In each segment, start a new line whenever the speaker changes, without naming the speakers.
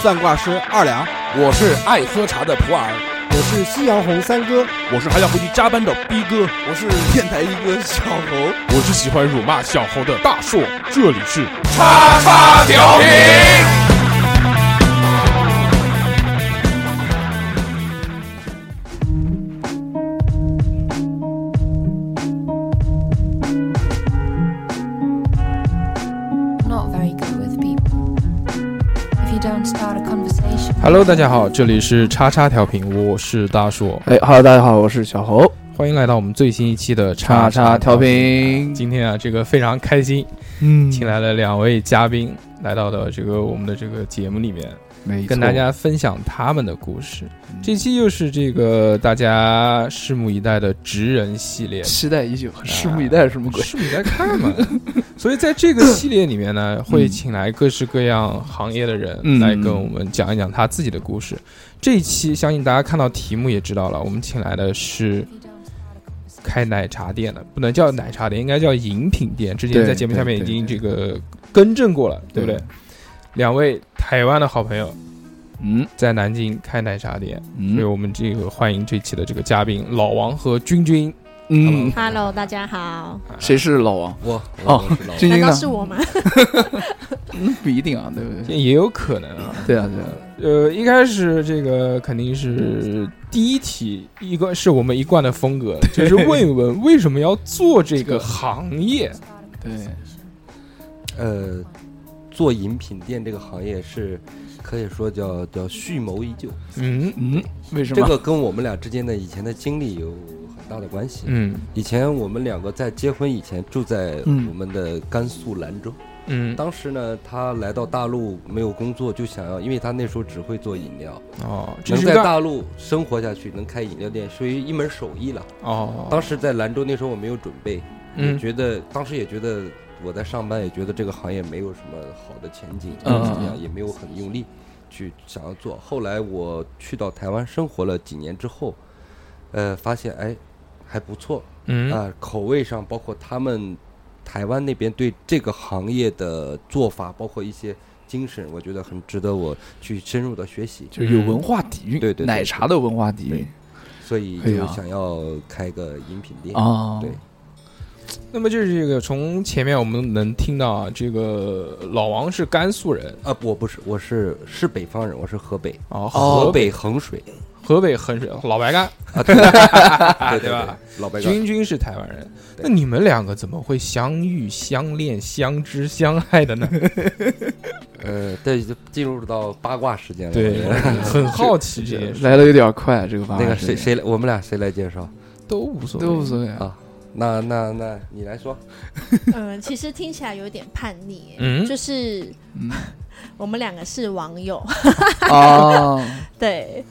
算卦师二两，
我是爱喝茶的普洱，
我是夕阳红三哥，
我是还要回去加班的逼哥，
我是电台一哥小猴。
我是喜欢辱骂小猴的大硕，这里是
叉叉调频。
not very good with people. If you don't start a conversation,
Hello，大家好，这里是叉叉调频，我是大硕，
哎哈喽，大家好，我是小猴，
欢迎来到我们最新一期的
叉
叉
叉调。频。
今天啊，这个非常开心，
嗯
请来了两位嘉宾来到的这个我们的这个节目里面，
没错
跟大家分享他们的故事。这期又是这个大家拭目以待的职人系列，
期待已久，拭目以待是什么
啊
鬼？
是你在看 嘛？所以在这个系列里面呢，会请来各式各样行业的人
嗯
来跟我们讲一讲他自己的故事。这一期相信大家看到题目也知道了，我们请来的是
if you don't start a conversation,
开奶茶店的，不能叫奶茶店，应该叫饮品店。之前
对
在节目下面已
对
经这个更正过了，对不对？两位台湾的好朋友
嗯
在南京开奶茶店，
哎
所以
嗯
我们这个欢迎这期的这个嘉宾老王和君君。
嗯，
Hello，大家好，
谁是老王？
我
哦
我是老王
君
难
君
道
呢？
是我吗？
嗯，不一定啊，对不对？
也有可能啊，
对啊，对啊，
呃，一开始这个肯定是第一题，一个是我们一贯的风格，就是问一问为什么要做这个行业。
start a
对啊
conversation.
呃，做饮品店这个行业是可以说叫叫蓄谋已久，
嗯
嗯，为什
这
么？
个跟我们俩之间的以前的经历有很大的关系。
嗯
以前我们两个在结婚以前住在
嗯
我们的甘肃兰州，
嗯，
当时呢，他来到大陆没有工作，就想要，因为他那时候只会做饮料，
哦，这
能
是
在
个
大陆生活下去，能开饮料店，属于一门手艺了。
哦，
当时在兰州那时候我没有准备，也
嗯
觉得当时也觉得我在上班，也觉得这个行业没有什么好的前景，怎
嗯
么怎么样，也没有很用力去想要做。后来我去到台湾生活了几年之后，呃，发现哎还不错啊、
嗯
口味上包括他们台湾那边对这个行业的做法，包括一些精神，我觉得很值得我去深入的学习。
就有文化底蕴，
嗯对对对
奶茶的文化底蕴
所以
可以
就
啊
想要开个饮品店。
啊。
对，
那么就是这个从前面我们能听到啊，这个老王是甘肃人
啊，不我不是，我是是北方人，我是河北，
啊，
哦
河
河北
哦北 衡水
河北衡水老白干，
啊，
对吧？
老白干，
君君是台湾人，
对
那你们两个怎么会相遇、相恋、相知、相爱的呢？
呃，这就进入到八卦时间了。
对， 很好奇这件事，
来的有点快，这个方
那个谁谁来，我们俩谁来介绍？
都无所谓，
都无所谓啊。
啊，那那那你来说，
嗯，其实听起来有点叛逆，
嗯
就是
嗯
我们两个是网友，
啊，
对，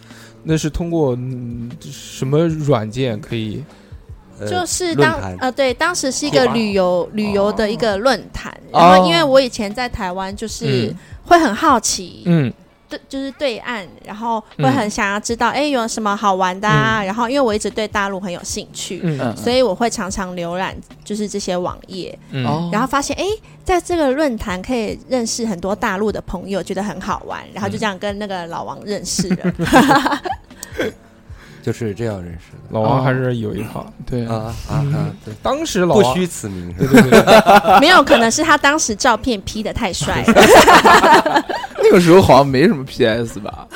那是通过嗯什么软件可以？
呃
就是
论
当
坛
呃对，当时是一个
好吧
旅游旅游的一个论坛，
哦
然后因为我以前在台湾就是
嗯
会很好奇，
嗯
对，就是对岸，然后
嗯
会很想要知道，哎、有什么好玩的啊？然后因为我一直对大陆很有兴趣，
嗯
嗯
所以我会常常浏览就是这些网页，
嗯
哦，
然后发现哎，诶在这个论坛可以认识很多大陆的朋友，觉得很好玩，然后就这样跟那个老王认识了。
就是这样认识的
老王还是有一套。
对啊，
啊啊啊！对，
当时老
不
王
虚此名是
对
吧？
对 对，
没有，可能是他当时照片 P 的 太帅了。
那个时候好像没什么 PS 吧，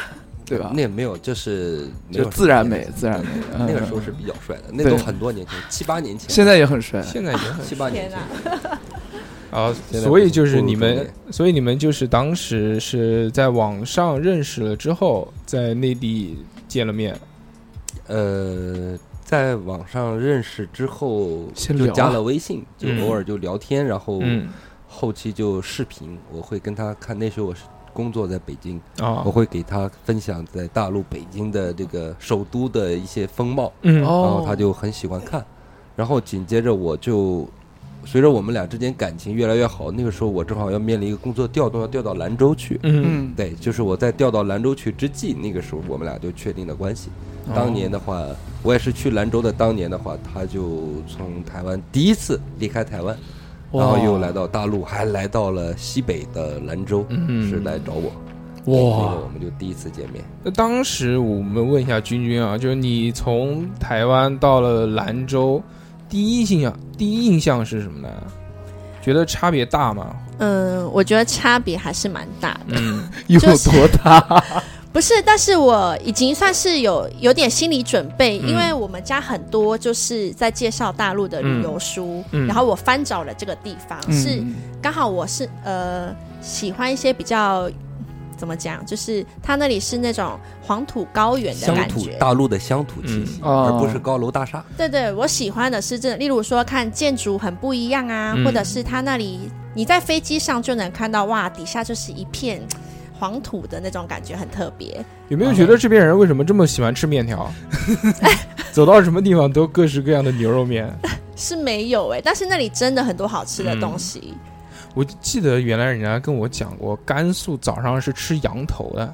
对吧？
那也没有，就是没
就
有
自然美，自然美。
那个
嗯
时候是比较帅的，那
对
都很多年前，七八年前，
现在也很帅，
现在也很
七八年
天
前
哪，，
啊，
现在
所以就是你
步
们
入中，
所以你们就是当时是在网上认识了之后，在内地见了面。
呃，在网上认识之后，
先
就
聊
加
啊
了微信，就
嗯
偶尔就聊天，然后
嗯
后期就视频，我会跟他看。那时候我是工作在北京，
啊
我，会给他分享在大陆北京的这个首都的一些风貌，
嗯
然后他
哦，
就很喜欢看。然后紧接着我就，随着我们俩之间感情越来越好，那个时候我正好要面临一个工作调动，要调到兰州去。
嗯
嗯，
对，就是我在调到兰州去之际，那个时候我们俩就确定了关系。当年的话，我也是去兰州的。当年的话，他就从台湾第一次离开台湾，然后又来到大陆，还来到了西北的兰州，
嗯
是来找我。对那
哇
个我们就第一次见面。
那当时我们问一下君君啊，就是你从台湾到了兰州，第一印象第一印象是什么呢？觉得差别大吗？
嗯，我觉得差别还是蛮大的。
嗯，
有
就是
多 大？
不是，但是我已经算是有有点心理准备，
嗯
因为我们家很多就是在介绍大陆的旅游书，
嗯嗯
然后我翻找了这个地方，是
嗯
刚好我是呃喜欢一些比较怎么讲，就是它那里是那种黄土高原的
乡
感
土
觉，
大陆的乡土气息，
啊
嗯哦
而不是高楼大厦。
对对，我喜欢的是这，例如说看建筑很不一样啊，
嗯
或者是它那里你在飞机上就能看到，哇，底下就是一片黄土的那种感觉，很特别。
有没有觉得这边人为什么这么喜欢吃面条？走到什么地方都各式各样的牛肉面。
是没有哎、但是那里真的很多好吃
嗯
的东西。
我记得原来人家跟我讲过，甘肃早上是吃羊头的。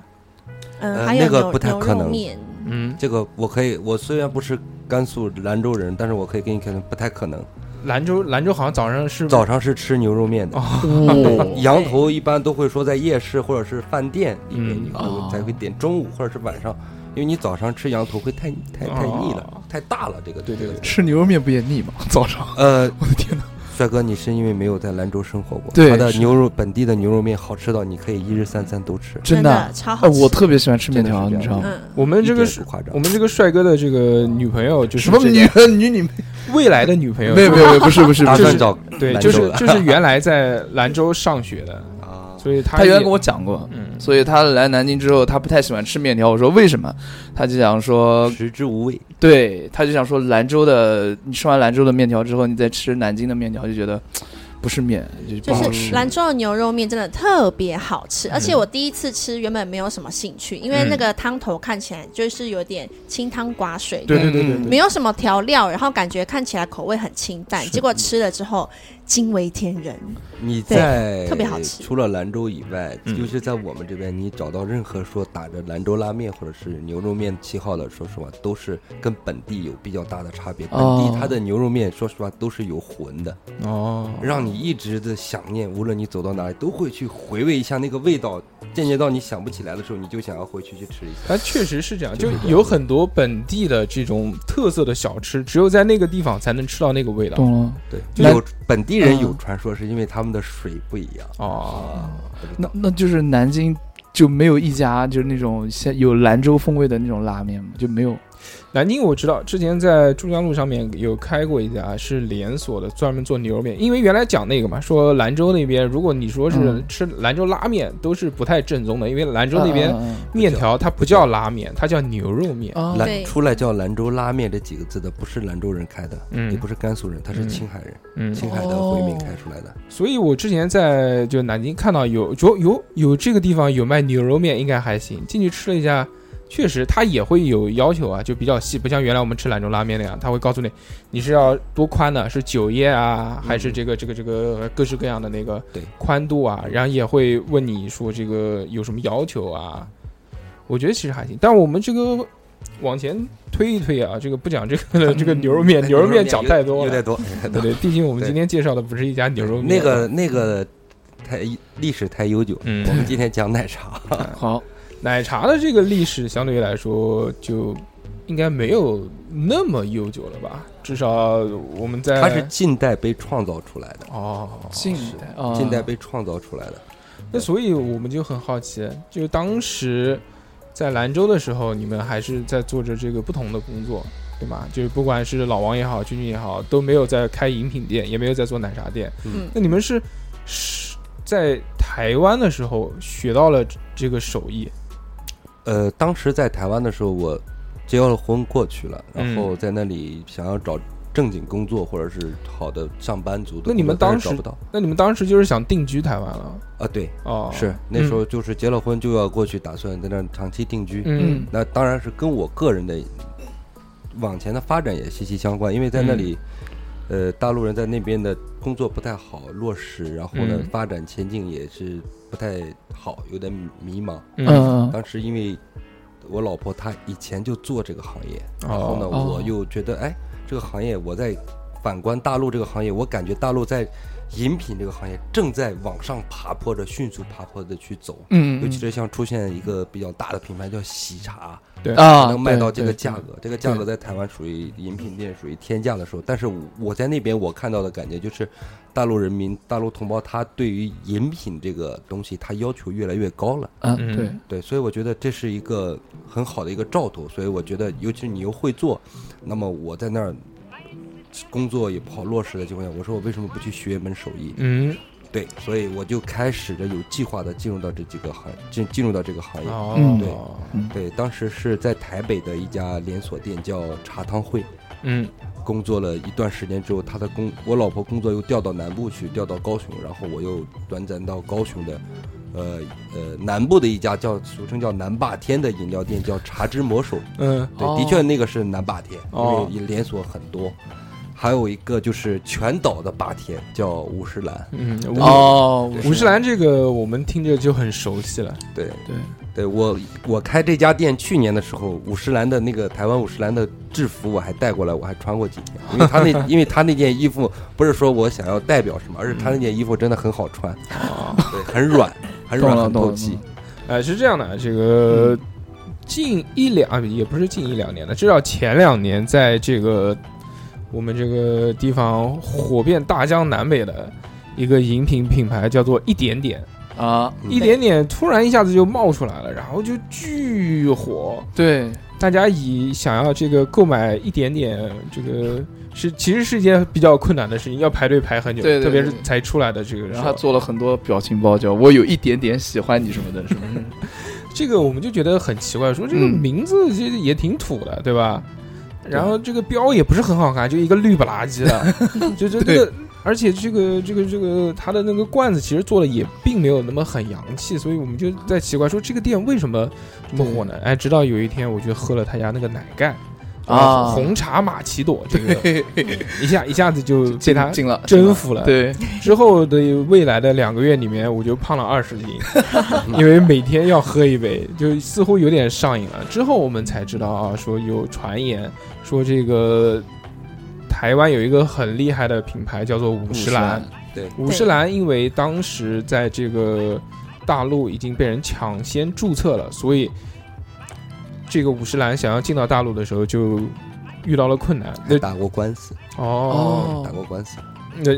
嗯，
呃
还有
那
牛、
个不太可能
牛肉面，
嗯，
这个我可以，我虽然不是甘肃兰州人，但是我可以给你看，不太可能。
兰州兰州好像早上是
早上是吃牛肉面的，
嗯
哦，
羊头一般都会说在夜市或者是饭店里面
嗯
你
哦
会才会点，中午或者是晚上，因为你早上吃羊头会太太太腻
哦
了，太大了这个。
对对对
这个
吃牛肉面不也腻吗？早 上，
呃，
我的天哪！
帅哥，你是因为没有在兰州生活过，
对
他的
是
牛肉本地的牛肉面好吃到你可以一日三餐都吃，
真的
的超
哎，
好吃。
我特别喜欢吃面
真的是
条，啊你
这样
知道吗？
嗯，
我们这
一
个
点
是
不夸张。
我们这个帅哥的这个女朋友就是
什么
这个
女人女女？
未来的女朋友？
没有没有没有，不是不是
打
不
算
是，
找
对，
兰
就
州
是
的
就是原来在兰州上学的，
啊，
所以他
他原来
也
跟我讲过，
嗯，
所以他来南京之后，他不太喜欢吃面条。我说为什么？他就想说，
啊食之无味。
对，他就想说兰州的，你吃完兰州的面条之后，你再吃南京的面条，就觉得不是面，就不好
就
吃。
是兰州的牛肉面真的特别好吃，而且我第一次吃原本没有什么兴趣，因为那个汤头看起来就是有点清汤寡水，
对对对对
嗯
对，
没有什么调料，然后感觉看起来口味很清淡，
是
结果吃了之后惊为天人。
你在
特别好吃
除了兰州以外，
嗯
尤其在我们这边，你找到任何说打着兰州拉面或者是牛肉面旗号的，说实话都是跟本地有比较大的差别。本
哦
地它的牛肉面，说实话都是有魂的，
哦，
让你一直的想念，无论你走到哪里，都会去回味一下那个味道。渐渐到你想不起来的时候，你就想要回去去吃一下。
它确实是这样，
就
就是
这样
有很多本地的这种特色的小吃，只有在那个地方才能吃到那个味道。
懂了。
对，
那
有本地人有
嗯
传说，是因为他们的水不一样
哦，
啊。不知道
那那就是南京就没有一家就是那种像有兰州风味的那种拉面吗？就没有。
南京我知道，之前在珠江路上面有开过一家是连锁的，专门做牛肉面。因为原来讲那个嘛，说兰州那边，如果你说是
嗯
吃兰州拉面，都是不太正宗的，因为兰州那边
嗯嗯
面条它不叫拉面，它叫牛肉面。
嗯啊，
对
兰出来叫兰州拉面这几个字的，不是兰州人开的，
嗯
也不是甘肃人，他是
嗯
青海人，
嗯，
青海的回民开出来的。
所以我之前在就南京看到有就有有这个地方有卖牛肉面，应该还行。进去吃了一下，确实它也会有要求啊，就比较细，不像原来我们吃兰州拉面那样，它会告诉你你是要多宽的，是酒液啊，还是这个这个这个各式各样的那个
嗯对
宽度啊，然后也会问你说这个有什么要求啊。我觉得其实还行，但我们这个往前推一推啊，这个不讲这个这个牛肉
哎
面，牛肉面讲太多
有
了
点，多， 有
对
点多。
对，毕竟我们
对
今天介绍的不是一家牛肉面，
那个那个太历史太悠久，
嗯
我们今天讲奶茶。
好，
奶茶的这个历史相对来说就应该没有那么悠久了吧？至少我们在
它是近代被创造出来的，
哦，
近代啊，
近代被创造出来的。
那所以我们就很好奇，就当时在兰州的时候，你们还是在做着这个不同的工作，对吗？就是不管是老王也好，君君也好，都没有在开饮品店，也没有在做奶茶店。
嗯
那你们是是在台湾的时候学到了这个手艺？
呃，当时在台湾的时候，我结了婚过去了，然
嗯
后在那里想要找正经工作或者是好的上班族的工
那
作，
你们
但
当
是
时
找不到
那你们当时就是想定居台湾了？
啊？对，
哦，
是那时候就是结了婚就要过去，打算在那儿长期定居。
嗯，
那当然是跟我个人的往前的发展也息息相关，因为在那里，
嗯
呃，大陆人在那边的工作不太好落实，然后呢，
嗯
发展前景也是不太好，有点迷茫。
嗯嗯
嗯，
当时因为我老婆她以前就做这个行业，
哦
然后呢，
哦
我又觉得哎，这个行业我在反观大陆这个行业，我感觉大陆在饮品这个行业正在往上爬坡着，迅速爬坡的去走。
嗯
尤其是像出现一个比较大的品牌叫喜茶，
啊，
能卖到
对
这个
对
价格，这个价格在台湾属于饮品店属于天价的时候，但是我我在那边我看到的感觉就是，大陆人民、大陆同胞他对于饮品这个东西，他要求越来越高了。
啊，
嗯
对，
对，所以我觉得这是一个很好的一个兆头。所以我觉得，尤其是你又会做，那么我在那儿工作也不好落实的情况下，我说我为什么不去学一门手艺？
嗯，
对，所以我就开始着有计划的进入到这几个行进进入到这个行业。
哦，
嗯
对对，当时是在台北的一家连锁店叫茶汤会，
嗯
工作了一段时间之后，他的工我老婆工作又调到南部去，调到高雄，然后我又短暂到高雄的，呃呃南部的一家叫俗称叫南霸天的饮料店叫茶之魔手，
嗯
对，
哦
的确那个是南霸天，
哦
因为连锁很多，还有一个就是全岛的霸天叫五十岚，
嗯，五
哦，
五十岚这个我们听着就很熟悉了，
对
对，
对我我开这家店去年的时候，五十岚的那个台湾五十岚的制服我还带过来，我还穿过几天，因为他 那因为他那件衣服不是说我想要代表什么，而是他
嗯
那件衣服真的很好穿， 对，很软，很
懂
软，
了
很
懂
透
了
气。
呃，是这样的，这个
嗯
近一两啊也不是近一两年了，至少前两年，在这个我们这个地方火遍大江南北的一个饮品品牌叫做一点点，
啊，
嗯
一点点突然一下子就冒出来了，然后就巨火，
对，
大家以想要这个购买一点点这个。是，其实是一件比较困难的事情，要排队排很久，
对对
特别
对
是才出来的这个时
然
候。
后他做了很多表情包，叫我有一点点喜欢你什么的，什么的，
这个我们就觉得很奇怪，说这个
嗯
名字其实也挺土的，对吧？然后这个标也不是很好看，就一个绿不拉几 的，就就这个，而且这个这个这个它的那个罐子其实做的也并没有那么很洋气，所以我们就在奇怪说这个店为什么这么火呢？哎，直到有一天我就喝了他家那个奶盖
啊
红茶玛奇朵，这个 一下一下子就被他
进了
征服了，
对，
之后的未来的两个月里面，我就胖了二十 斤，因为每天要喝一杯，就似乎有点上瘾了。之后我们才知道啊，说有传言说这个台湾有一个很厉害的品牌叫做五十岚，
对，
五十岚因为当时在这个大陆已经被人抢先注册了，所以这个五十岚想要进到大陆的时候就遇到了困难。那
还打过官司，
哦，
打过官司。
那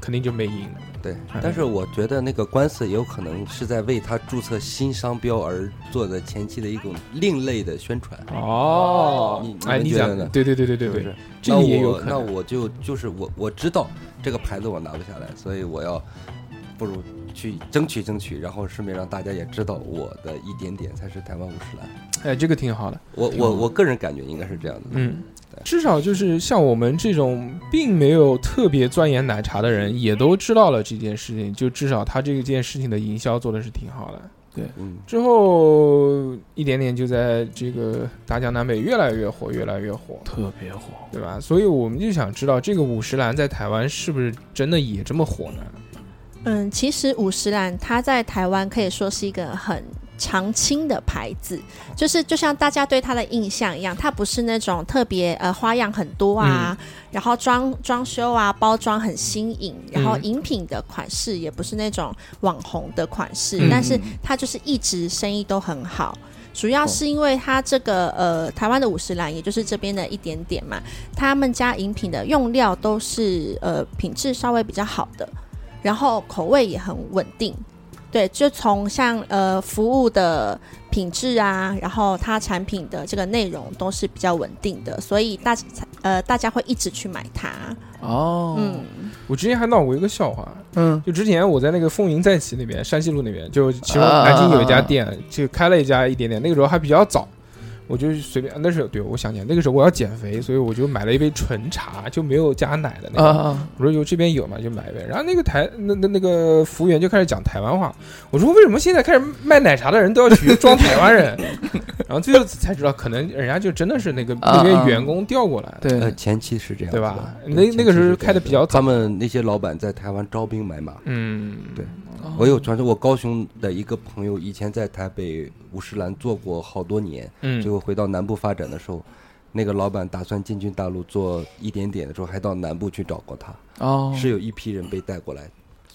肯定就没赢。
对
哎，
但是我觉得那个官司也有可能是在为他注册新商标而做的前期的一种另类的宣传。
哦
你，
哎，
你
你
们觉
讲
得呢
对对对对对
是不
对
是，？
这个也有可
那我
能嗯
那我就就是我我知道这个牌子我拿不下来，所以我要不如去争取争取，然后顺便让大家也知道我的一点点才是台湾五十岚。
哎，这个挺好的，
我我我个人感觉应该是这样的。
嗯
对，
至少就是像我们这种并没有特别钻研奶茶的人，也都知道了这件事情，就至少他这件事情的营销做的是挺好的。
嗯，
之后一点点就在这个大江南北越来越火，越来越火，
特别火，
对吧？所以我们就想知道，这个五十岚在台湾是不是真的也这么火呢？
嗯，其实五十岚它在台湾可以说是一个很常青的牌子，就是就像大家对它的印象一样，它不是那种特别呃花样很多啊，
嗯
然后装装修啊包装很新颖，然后
嗯
饮品的款式也不是那种网红的款式，
嗯
但是它就是一直生意都很好。主要是因为它这个呃，台湾的五十岚，也就是这边的一点点嘛，他们家饮品的用料都是呃品质稍微比较好的，然后口味也很稳定。对，就从像呃服务的品质啊，然后它产品的这个内容都是比较稳定的，所以大呃大家会一直去买它。
哦，
嗯，
我之前还闹过一个笑话，
嗯
就之前我在那个风云再起那边，山西路那边，就其中
啊
南京有一家店，就开了一家一点点，那个时候还比较早。我就随便，啊那时候对我想起来，那个时候我要减肥，所以我就买了一杯纯茶，就没有加奶的那个。
啊，
我说有这边有嘛，就买一杯。然后那个台那那那个服务员就开始讲台湾话，我说为什么现在开始卖奶茶的人都要学装台湾 人？然后最后才知道，可能人家就真的是那个那
啊
边
啊
员工调过来的。
呃，
对，
前期是这样子
对
的，
吧
对
那
前期
那个时候
是这样
开得比较早
他们那些老板在台湾招兵买马。
嗯，
对我有传说，我高雄的一个朋友以前在台北五十岚做过好多年，
嗯
最后回到南部发展的时候，那个老板打算进军大陆做一点点的时候，还到南部去找过他，
哦，
是有一批人被带过来。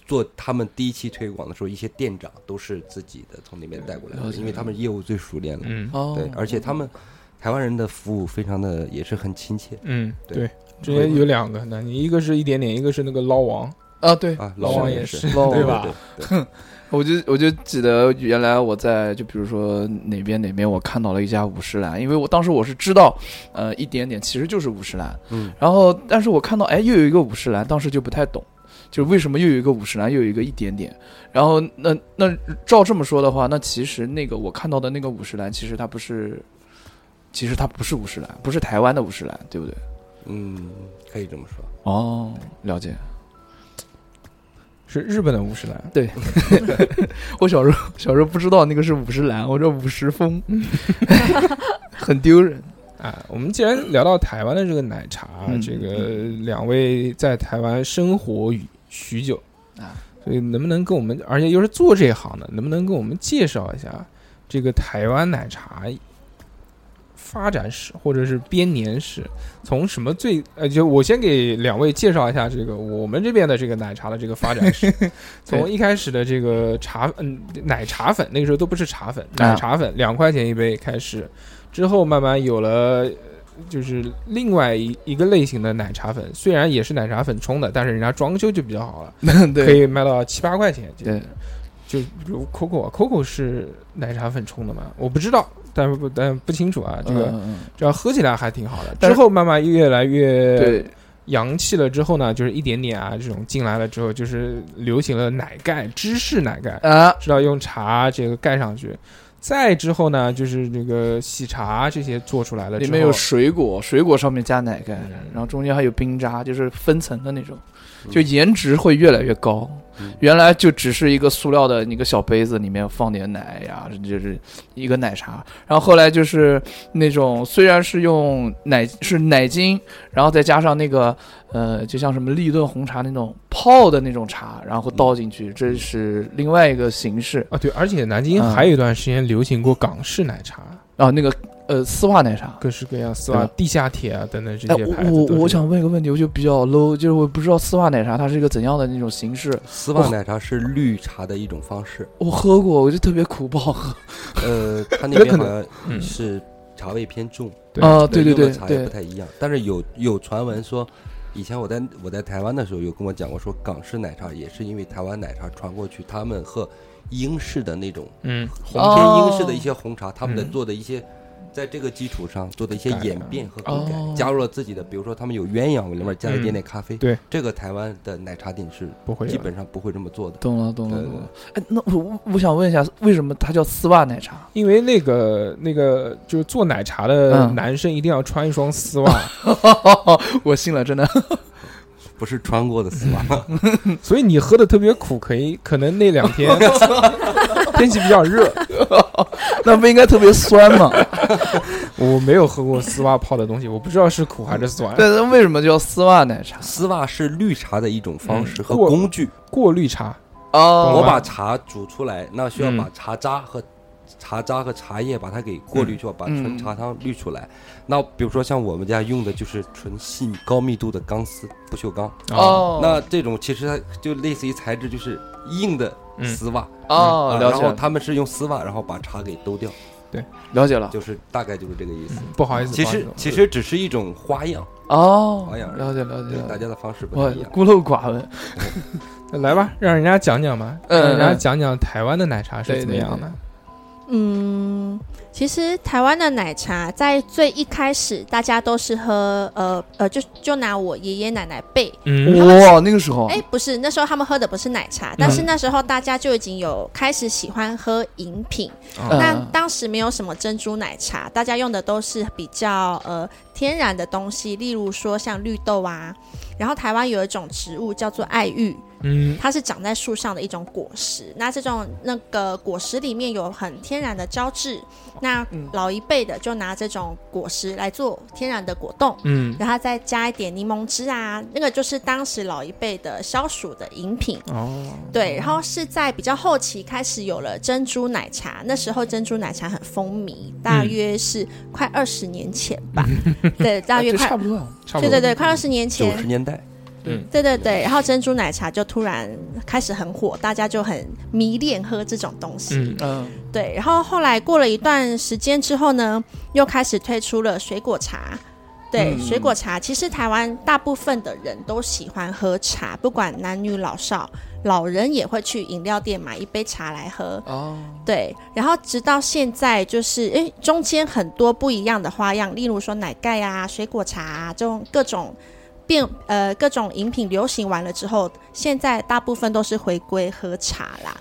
做他们第一期推广的时候，一些店长都是自己的从那边带过来
了
的，
解
因为他们业务最熟练了。
嗯
哦，
对，而且他们台湾人的服务非常的也是很亲切
嗯，对
对，
之前有两个，那你一个是一点点，一个是那个捞王，
啊，对，
啊，
老
老
王
王
也
也是，
捞
对吧？
对？
我就我就记得原来我在就比如说哪边哪边我看到了一家五十岚，因为我当时我是知道，呃，一点点其实就是五十岚，
嗯，
然后但是我看到哎又有一个五十岚，当时就不太懂，就是为什么又有一个五十岚，又有一个一点点，然后那那照这么说的话，那其实那个我看到的那个五十岚，其实它不是，其实它不是五十岚，不是台湾的五十岚，对不对？
嗯，可以这么说。
哦，了解。
是日本的五十
嗯
岚，
我小时候小时候不知道那个是五十岚，我说五十风， 很丢人。
啊，我们既然聊到台湾的这个奶茶，啊
嗯
这个两位在台湾生活与许久
啊，
所以能不能跟我们，而且又是做这一行的，能不能跟我们介绍一下这个台湾奶茶发展史或者是编年史？从什么最呃，就我先给两位介绍一下这个我们这边的这个奶茶的这个发展 史，从一开始的这个茶嗯奶茶粉，那个时候都不是茶粉，奶
啊
茶粉两块钱一杯开始。之后慢慢有了，呃就是另外一一个类型的奶茶粉，虽然也是奶茶粉冲的，但是人家装修就比较好了，可
对
以卖到七八块钱。就
对，
就比如 Coco 啊，Coco 是奶茶粉冲的嘛？我不知道，但是不但不清楚啊。这个、
嗯嗯嗯
这样喝起来还挺好的。
但
之
是
后慢慢越来越
对
洋气了，之后呢，就是一点点啊这种进来了之后，就是流行了奶盖、芝士奶盖。
啊，
知道用茶这个盖上去。再之后呢，就是这个喜茶这些做出来了之
里
后，
面有水果，水果上面加奶盖，
嗯
然后中间还有冰渣，就是分层的那种，就颜值会越来越高。原来就只是一个塑料的一个小杯子，里面放点奶呀，就是一个奶茶。然后后来就是那种虽然是用奶是奶精，然后再加上那个呃，就像什么立顿红茶那种泡的那种茶，然后倒进去，这是另外一个形式
啊，对，而且南京
嗯
还有一段时间流行过港式奶茶，
啊。那个呃，丝袜奶茶。
各式各样丝
对
袜
吧、
地下铁啊等等这
哎，
些牌
我
子
我
都是
我想问一个问题，我就比较 low，就是我不知道丝袜奶茶它是一个怎样的那种形式。啊
丝袜奶茶是绿茶的一种方式，
我喝过，我就特别苦，不好喝。
呃，它那边
可
好
能
像
嗯
是茶味偏重，
对
啊，对对
用的
对
茶也
对
不，太一样。但是有有传闻说，以前我在我在台湾的时候有跟我讲过，说港式奶茶也是因为台湾奶茶传过去，他们和英式的那种
嗯
红偏英式的一些红茶，他们的
嗯
做的一些。在这个基础上做的一些
改良
演变和更改，
哦
加入了自己的，比如说他们有鸳鸯里面加了一点点咖啡，
嗯对，
这个台湾的奶茶店是
不会有哦
基本上不会这么做的。呃
懂了懂了
对对
懂了。哎，那我我我想问一下，为什么它叫丝袜奶 茶？
因为那个那个就是做奶茶的
嗯
男生一定要穿一双丝袜，
我信了，真的。
不是穿过的丝袜，
所以你喝的特别苦，可以可能那两天天气比较热，
那不应该特别酸吗？
我没有喝过丝袜泡的东西，我不知道是苦还是酸。
对，那为什么叫丝袜奶茶？
丝袜是绿茶的一种方式和
嗯过
工具。
过滤茶，
哦，嗯
我
懂了
把茶煮出来，那需要把茶渣和茶渣和茶叶把它给过
嗯
滤掉，把纯茶汤滤出来。那比如说像我们家用的就是纯细高密度的钢丝不锈钢，
啊
哦，
那这种其实它就类似于材质就是硬的丝袜，
哦
啊，
了
然
解
后
了
他们是用丝袜，然后把茶给兜掉，
了解了。
就是大概就是这个意思。
嗯不好意思，
嗯
其
不好意
实
思
其实只是一种花样，
哦，
好像是
了解了解
对哎大
了解。
家的方式不
我
太一样。
孤陋寡闻。
那来吧，让人家讲讲吧，
嗯
让人家
嗯
讲讲台湾的奶茶是
对
怎么
对
样
对
的。
嗯，其实台湾的奶茶在最一开始，大家都是喝呃呃，就就拿我爷爷奶奶辈，
嗯
哇，那个时候
哎、不是那时候他们喝的不是奶茶，但是那时候大家就已经有开始喜欢喝饮品。
嗯
那当时没有什么珍珠奶茶，大家用的都是比较呃天然的东西，例如说像绿豆啊。然后台湾有一种植物叫做爱玉，
嗯
它是长在树上的一种果实。那这种那个果实里面有很天然的胶质，那
嗯
老一辈的就拿这种果实来做天然的果冻。
嗯
然后再加一点柠檬汁啊，那个就是当时老一辈的消暑的饮品。
哦，
对，然后是在比较后期开始有了珍珠奶茶，那时候珍珠奶茶很风靡，大约是快二十年前吧。对，大
啊
约
这
快
差，不多啊。
差不
对
多
对对，快二十年
九
前
十。年代，
对对对，然后珍珠奶茶就突然开始很火，大家就很迷恋喝这种东西。
嗯
嗯，
对，然后后来过了一段时间之后呢，又开始推出了水果茶。对，
嗯
水果茶其实台湾大部分的人都喜欢喝茶，不管男女老少，老人也会去饮料店买一杯茶来喝。
哦，
对，然后直到现在，就是诶，中间很多不一样的花样，例如说奶盖啊、水果茶啊这种各种变呃各种饮品流行完了之后，现在大部分都是回归喝茶啦。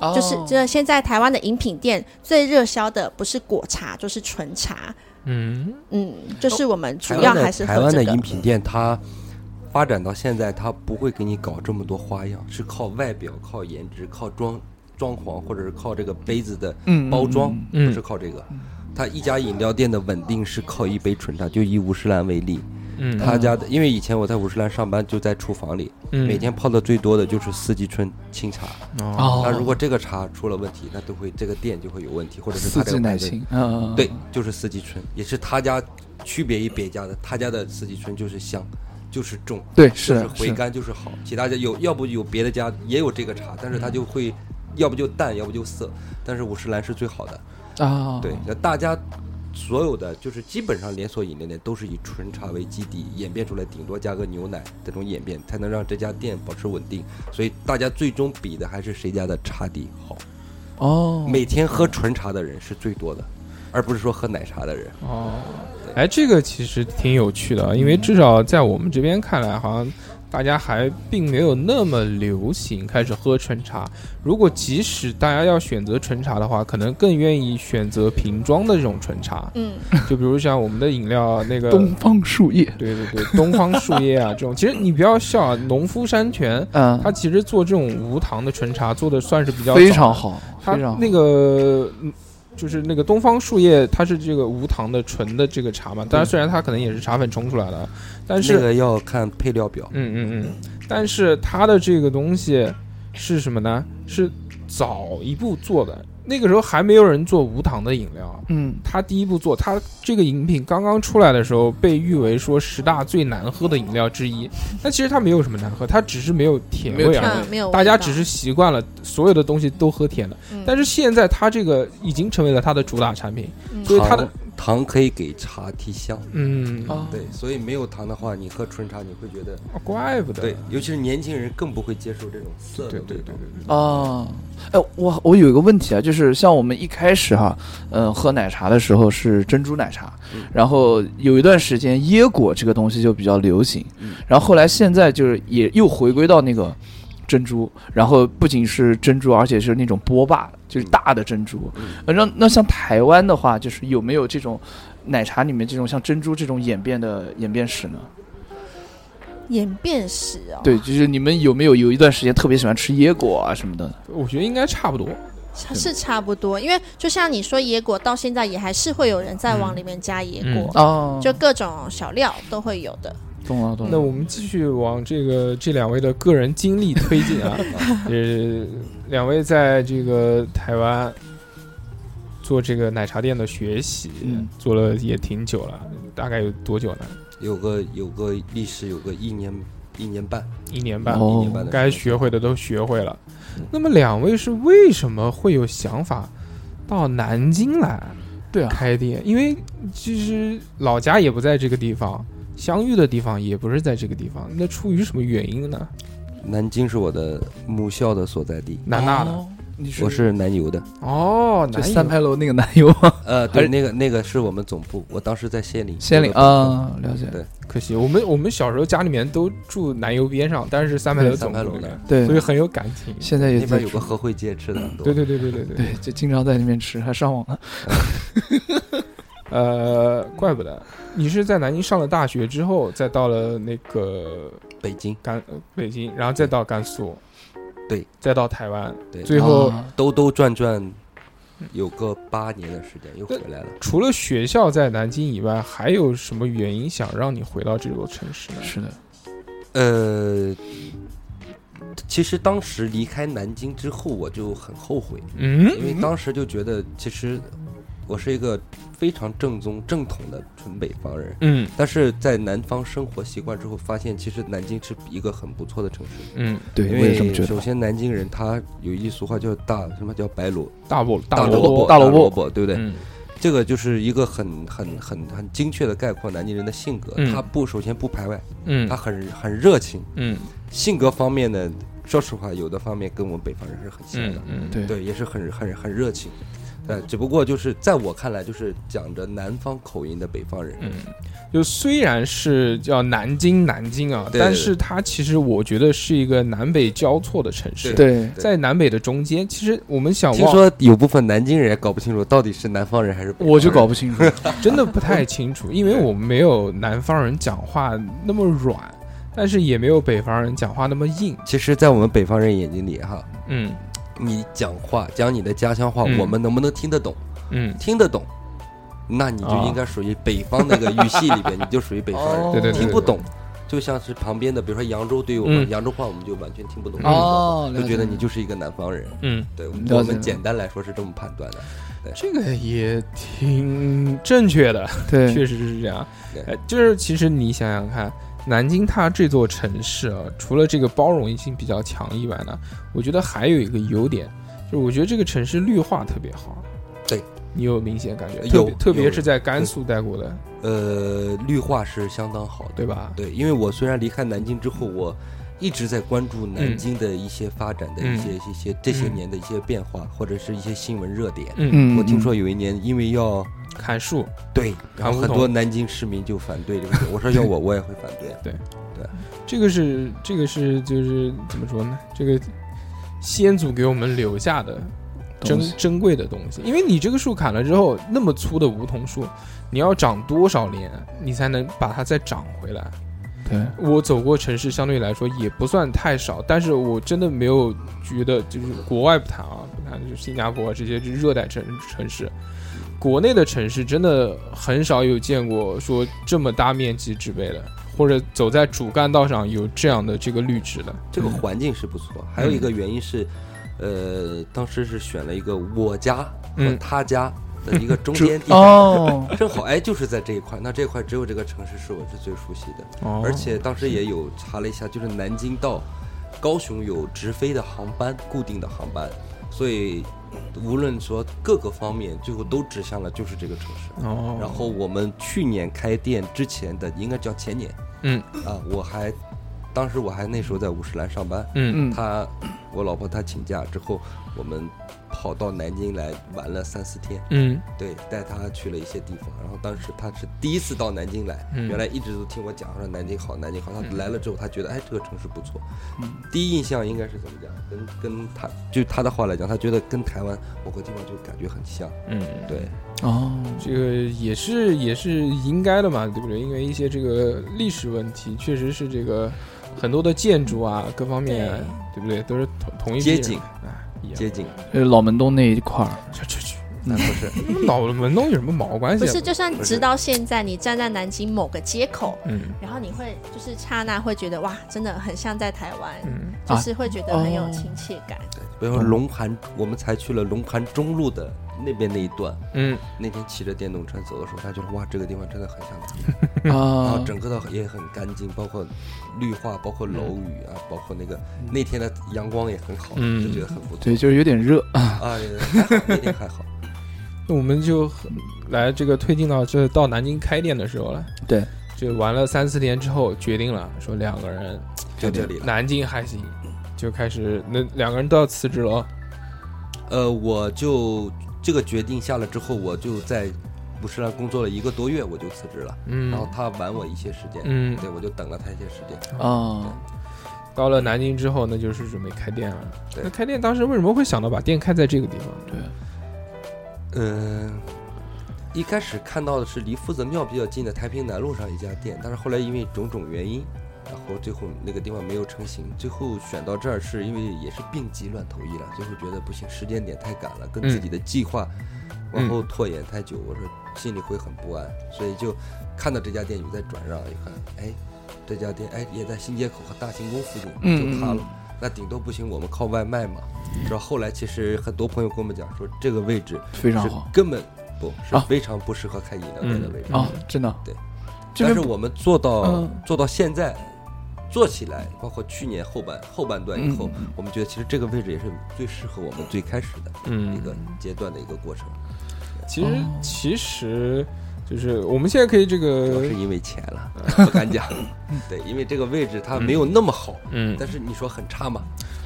哦
就是这现在台湾的饮品店最热销的不是果茶就是纯茶，
嗯
嗯，就是我们
台
主要
湾的
还是
台
喝
湾的
这个
饮。品店，它发展到现在，它不会给你搞这么多花样，是靠外表、靠颜值、靠装装潢，或者是靠这个杯子的
嗯
包装，
嗯
不是靠这个。它一家饮料店的稳定是靠一杯纯茶，就以五十岚为例，
嗯，
他家的，因为以前我在五十岚上班，就在厨房里，
嗯
每天泡的最多的就是四季春清茶。
哦，
哦，
那如果这个茶出了问题，那都会这个店就会有问题，或者是
四
他这
季
个
奶
牌子
青，嗯，嗯
对，，就是四季春，也是他家区别于别家的，他家的四季春就是香，就是重，
对
就是是回
是
甘，就是好。其他家有，要不有别的家也有这个茶，但是它就会，要不就淡，要不就涩。但是五十岚是最好的，
嗯啊，
对，那大家。所有的就是基本上连锁饮料店都是以纯茶为基底演变出来，顶多加个牛奶这种演变，才能让这家店保持稳定。所以大家最终比的还是谁家的茶底好。
哦，
每天喝纯茶的人是最多的，而不是说喝奶茶的人。
哦，哎，这个其实挺有趣的，啊因为
嗯
至少在我们这边看来，好像大家还并没有那么流行开始喝纯茶。如果即使大家要选择纯茶的话，可能更愿意选择瓶装的这种纯茶，
嗯，
就比如像我们的饮料那个
东方树叶，
对对对，东方树叶啊这种。其实你不要笑啊，农夫山泉。
嗯，
它其实做这种无糖的纯茶做的算是比较
非
早
常
的
好，
它
非常好
那个嗯就是那个东方树叶，它是这个无糖的纯的这个茶嘛。当然，虽然它可能也是茶粉冲出来的，但是
那个要看配料表，
嗯嗯嗯，但是它的这个东西是什么呢？是早一步做的，那个时候还没有人做无糖的饮料。
嗯，
它第一步做，它这个饮品刚刚出来的时候，被誉为说十大最难喝的饮料之一。但其实它没有什么难喝，它只是没有甜
没有
味
甜
而已
味。
嗯，没有味道，
大家只是习惯了所有的东西都喝甜的，
嗯，
但是现在它这个已经成为了它的主打产品，
嗯
所以它的
糖糖可以给茶提香。
嗯，
啊，
对，所以没有糖的话，你喝纯茶你会觉得，
怪不得，
对，尤其是年轻人更不会接受这种涩的
对
味道。
对对对
啊，哎，我我有一个问题啊，就是像我们一开始哈、嗯，喝奶茶的时候是珍珠奶茶，
嗯
然后有一段时间椰果这个东西就比较流行，
嗯
然后后来现在就是也又回归到那个珍珠，然后不仅是珍珠，而且是那种波霸，就是大的珍珠。
嗯
呃那、那像台湾的话，就是有没有这种奶茶里面这种像珍珠这种演变的演变史呢？
演变史哦，
对，就是你们有没有有一段时间特别喜欢吃椰果啊什么的？
我觉得应该差不多，
是是差不多，因为就像你说野果，到现在也还是会有人在往里面加野果，
哦，
就各种小料都会有的。
懂了懂了。
那我们继续往这个这两位的个人经历推进 啊，呃，两位在这个台湾做这个奶茶店的学习，
嗯
做了也挺久了，大概有多久呢？
有个有个历史，有个一年一年半，
一年半，
哦嗯
一年半的
嗯
时间
该学会的都学会了。那么两位是为什么会有想法到南京来
对啊，
开店？因为其实老家也不在这个地方，相遇的地方也不是在这个地方，那出于什么原因呢？
南京是我的母校的所在地，
南大的
哦，你是
我是南邮的。
哦，
就
南
三
邮
牌楼那个男友吗？
呃，
还
对，
是
那个那个是我们总部，我当时在仙林。
仙林
我的总部，
啊，了解。
对
可惜我们我们小时候家里面都住南邮边上，但是三牌楼
对
总部
三牌楼
那边
对，
所以很有感情。
现在也
那
在
边有
吃
个和汇街吃的很多。
对对对对对对，
对，就经常在那边吃，还上网了。
呃，怪不得你是在南京上了大学之后，再到了那个
北京
甘呃北京，然后再到甘肃，
对，
再到台湾，
对
最后、
啊
兜兜转转，有个八年的时间又回来了。
除了学校在南京以外，还有什么原因想让你回到这座城市呢？
是的，
呃，其实当时离开南京之后，我就很后悔，
嗯，
因为当时就觉得其实我是一个非常正宗正统的纯北方人，
嗯
但是在南方生活习惯之后，发现其实南京是一个很不错的城市。
嗯，
对，
因
我也这么
为
觉
首
得。
先南京人他有一俗话叫大什么叫白萝
大萝
萝
萝
卜
大
萝
萝卜
卜对不对？
嗯
这个就是一个很很很很精确的概括南京人的性格。
嗯
他不首先不排外，
嗯
他很很热情，
嗯
性格方面呢，说实话，有的方面跟我们北方人是很像的，
嗯嗯，
对
对，也是很很很热情。对，只不过就是在我看来，就是讲着南方口音的北方人，
嗯，就虽然是叫南京南京啊，
对对
但是它其实我觉得是一个南北交错的城市，啊
对，
对
在南北的中间，其实我们想
听
往
说有部分南京人也搞不清楚到底是南方人还是北方人
我就搞不清 楚。
真的不太清 楚，因为我们没有南方人讲话那么软，但是也没有北方人讲话那么硬，
其实，在我们北方人眼睛里，哈，
嗯
你讲话讲你的家乡话，
嗯
我们能不能听得懂？
嗯，
听得懂，那你就应该属于北方那个语系里边，你就属于北方人。
嗯哦对对对，
听不
对
懂，就像是旁边的，比如说扬州对于我们、
嗯
扬州话，我们就完全听不懂，
嗯
哦，了
就
解
觉得你就是一个南方人。
嗯。
对，我
了解
们简单来说是这么判断的。
这个也挺正确的，
对
确实是这样
对。
呃，就是其实你想想看，南京它这座城市啊，除了这个包容性比较强以外呢，我觉得还有一个优点，就是我觉得这个城市绿化特别好。
对，呃
你有明显感觉，
有
特别特别
有
是在甘肃待过的，
呃，绿化是相当好的，
对吧？
对，因为我虽然离开南京之后，我一直在关注南京的一些发展的
嗯
一些、一些这些年的一些变化，或者是一些新闻热点。
嗯，
嗯，
我听说有一年因为要
砍树，
对，然
砍梧
后很
桐
多南京市民就反对这个事，我 说要我我也会反对。
这个是这个是就是怎么说呢？这个先祖给我们留下的珍
东西
珍贵的东西，因为你这个树砍了之后，那么粗的梧桐树，你要长多少年，你才能把它再长回来？
对，
我走过城市，相对来说也不算太少，但是我真的没有觉得，就是国外不谈啊，不谈就是新加坡啊这些热带城城市，国内的城市真的很少有见过说这么大面积植被的，或者走在主干道上有这样的这个绿植的。
这个
嗯
环境是不错。还有一个原因是，呃，当时是选了一个我家和
嗯
他家的一个 中间地带，
哦，
正好哎就是在这一块。那这块只有这个城市是我是最熟悉的，
哦
而且当时也有查了一下，就是南京到高雄有直飞的航班，固定的航班，所以无论说各个方面，最后都指向了就是这个城市。
哦，
然后我们去年开店之前的，应该叫前年，
嗯
啊，我还当时我还那时候在五十岚上班，
嗯
嗯，
她我老婆她请假之后，我们跑到南京来玩了三四天，
嗯
对，带她去了一些地方。然后当时她是第一次到南京来，
嗯
原来一直都听我讲说南京好，南京好。她
嗯
来了之后，她觉得哎这个城市不错，
嗯
第一印象应该是怎么讲？跟跟她就她的话来讲，她觉得跟台湾某个地方就感觉很像，
嗯，
对。
哦，
这个也是也是应该的嘛，对不对？因为一些这个历史问题，确实是这个很多的建筑啊，各方面，啊对不对？都是同同一批
街
人
景
啊，一样
接近，
呃老门东那一 块儿，
去去去，
那不是
老门东有什么毛关系
不
啊？
是，就算直到现在，你站在南京某个街口，
嗯
然后你会就是刹那会觉得哇，真的很像在台湾，
嗯
就
啊
是会觉得很有
哦
亲切感。
比如说龙潭，我们才去了龙潭中路的那边那一段。
嗯
那天骑着电动车走的时候，他觉得哇，这个地方真的很像台湾然
啊
后，整个的也很干净，包括绿化，包括楼宇啊，包括那个那天的阳光也很好，
嗯
就觉得很不错。
对，就是有点热，
啊，也还好，那天还好。
那我们就很来这个推进到这到南京开店的时候了。
对，
就玩了三四天之后，决定了说两个人
就这里了。
南京还行，就开始那两个人都要辞职了。
呃，我就这个决定下了之后，我就在五十岚工作了一个多月，我就辞职了。
嗯，
然后他晚我一些时间，
嗯，
对我就等了他一些时间。
啊，
到了南京之后，那就是准备开店了。
对
那开店当时为什么会想到把店开在这个地方？
嗯，呃一开始看到的是离夫子庙比较近的太平南路上一家店，但是后来因为种种原因，然后最后那个地方没有成型。最后选到这儿是因为也是病急乱投医了，最后觉得不行，时间点太赶了，跟自己
嗯
的计划往后拖延太久，我说心里会很不安，所以就看到这家店有在转让，一看，哎，这家店哎也在新街口和大行宫附近，
嗯
就它
嗯
了。那顶多不行，我们靠外卖嘛。然后后来其实很多朋友跟我们讲说，这个位置
啊非常
是
好
根本不是
啊
非常不适合开饮料店的位置
嗯
啊，真的。
对，
这
但
边
是
不
我们做到、
嗯
做到现在，做起来，包括去年后半后半段以后，我们觉得其实这个位置也是最适合我们最开始的一
嗯，
个阶段的一个过程，
其实其实就是我们现在可以这
主要
个
是，因为钱了，呃不敢讲。对，因为这个位置它没有那么好，
嗯，
但是你说很差嘛，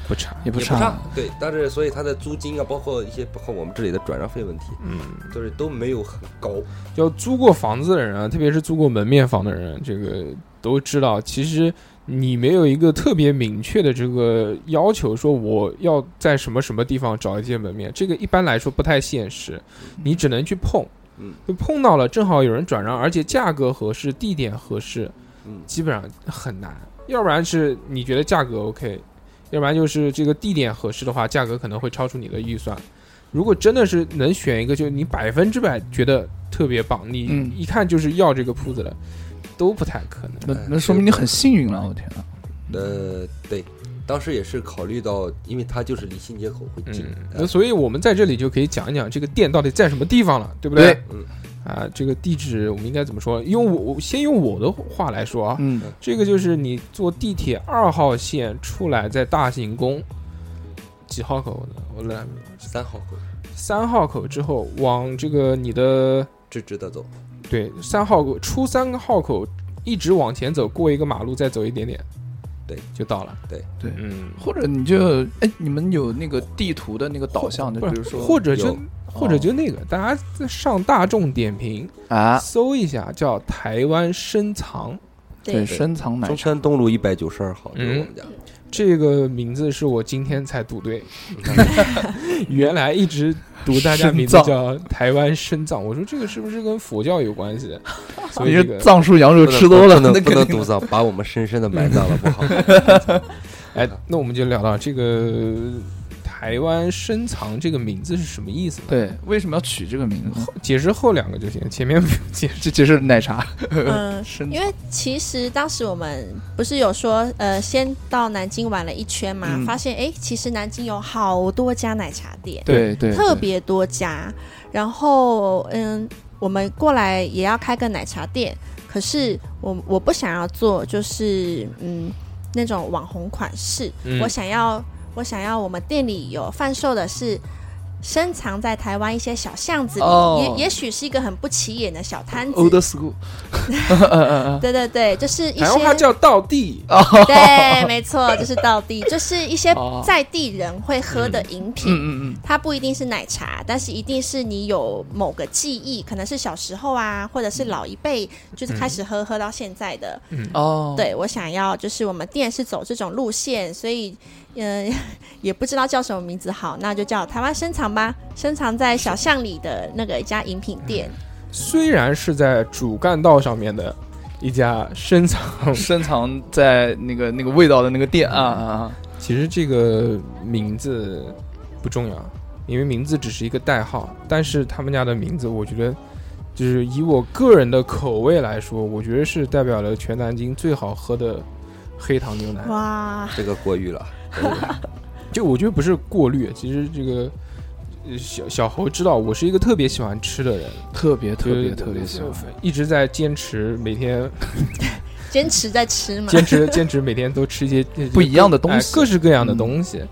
不差，
也不啊
也不差。对，但是所以它的租金啊，包括一些包括我们这里的转让费问题，
嗯，
就是都没有很高。
要租过房子的人啊，特别是租过门面房的人，这个都知道，其实你没有一个特别明确的这个要求，说我要在什么什么地方找一些门面，这个一般来说不太现实，你只能去碰，
嗯
就碰到了正好有人转让，而且价格合适，地点合适，
嗯
基本上很难，要不然是你觉得价格 OK，要不然就是这个地点合适的话，价格可能会超出你的预算。如果真的是能选一个，就是你百分之百觉得特别棒，你
嗯
一看就是要这个铺子的，都不太可能。
那那说明你很幸运了，我天呐。啊
呃，对，当时也是考虑到，因为它就是离新街口会近
嗯，，
呃
那所以我们在这里就可以讲一讲这个店到底在什么地方了，对不对
对？
嗯
啊，这个地址我们应该怎么说？用我我先用我的话来说啊，
嗯
这个就是你坐地铁二号线出来，在大行宫几号口呢？我来
三号口
三号口之后，往这个你的
直直的走，
对三号口出三号口，一直往前走，过一个马路，再走一点点，
对，
就到了。
对
对
嗯，
或者你就哎，你们有那个地图的那个导向，就
不是
比如说
或者就
有
或者就那个，大家在上大众点评
啊，
搜一下，叫台湾深藏。
对，
对，
深藏奶
中
茶，
山东路一百九十二号，就
嗯
是我们家。
这个名字是我今天才读 对，原来一直读大家名字
深藏
叫台湾深藏，我说这个是不是跟佛教有关系？ 所以
你
这
是
个
藏书羊肉
不能
吃多了，
不能
那
不
肯
能
定
堵上，把我们深深的埋葬了，不好。
哎，那我们就聊到这个台湾深藏这个名字是什么意思呢？
对，为什么要取这个名字？
解释后两个就行，前面不用解释。
这就是奶茶，
嗯，
深
因为其实当时我们不是有说，呃，先到南京玩了一圈嘛，
嗯
发现哎，诶其实南京有好多家奶茶店，
对对，
特
对
别多家。然后，嗯，我们过来也要开个奶茶店，可是我我不想要做，就是嗯那种网红款式，
嗯
我想要我想要我们店里有贩售的是。深藏在台湾一些小巷子里，
哦
也也许是一个很不起眼的小摊子。
old school，嗯嗯嗯
对对对，就是一
台湾话
些
叫道地，
对，没错，就是道地，就是一些
哦
在地人会喝的饮品。
嗯嗯
它不一定是奶茶，但是一定是你有某个记忆，可能是小时候啊，或者是老一辈就是开始喝、喝到现在的。
嗯，哦，
对我想要就是我们店是走这种路线，所以嗯、呃也不知道叫什么名字好，那就叫台湾深藏吧，深藏在小巷里的那个一家饮品店。
虽然是在主干道上面的一家深藏，
深藏在那个那个味道的那个店啊啊啊，
其实这个名字不重要，因为名字只是一个代号。但是他们家的名字，我觉得就是以我个人的口味来说，我觉得是代表了全南京最好喝的黑糖牛奶。
哇，
这个过誉了，
就我觉得不是过滤，其实这个呃小小猴知道我是一个特别喜欢吃的人，
特别特
就
别
是
特别喜欢，
一直在坚持每天
坚持在吃嘛。
坚持坚持每天都吃一些这
不一样的东
哎
西
各式各样的
嗯
东西。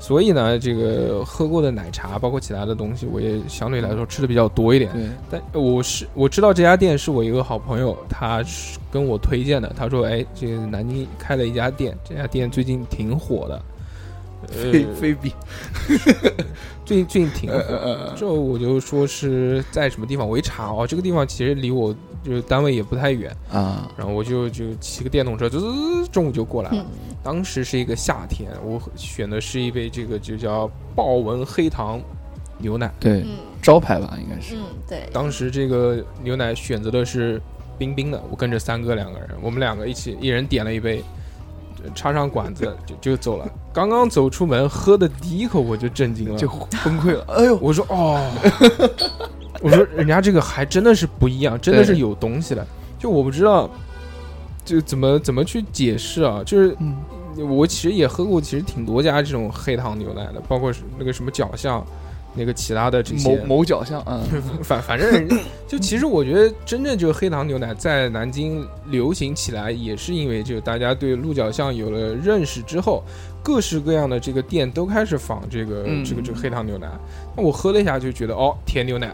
所以呢，这个喝过的奶茶，包括其他的东西，我也相对来说吃的比较多一点。
对，
但我是我知道这家店是我一个好朋友，他是跟我推荐的。他说：“哎，这个南京开了一家店，这家店最近挺火的，呃，
菲菲比，
最最近挺火
呃呃
这我就说是在什么地方，我一查哦，这个地方其实离我就是单位也不太远，
呃啊，
然后我就就骑个电动车，滋中午就过
嗯
来了。当时是一个夏天，我选的是一杯这个就叫豹纹黑糖牛奶，
对，
嗯
招牌吧应该是，
嗯，对，
当时这个牛奶选择的是冰冰的，我跟着三哥两个人，我们两个一起，一人点了一杯，呃插上管子就就走了。刚刚走出门，喝的第一口我就震惊了，
就崩溃了。哎呦，
我说哦，我说人家这个还真的是不一样，真的是有东西的。就我不知道，就怎么怎么去解释啊？就是
嗯，
我其实也喝过，其实挺多家这种黑糖牛奶的，包括是那个什么角巷，那个其他的这
某
些。
某角巷，嗯，
反反 正人家就其实我觉得，真正就黑糖牛奶在南京流行起来，也是因为就大家对鹿角巷有了认识之后，各式各样的这个店都开始仿这个、
嗯
这个这个黑糖牛奶。那我喝了一下就觉得，哦，甜牛奶，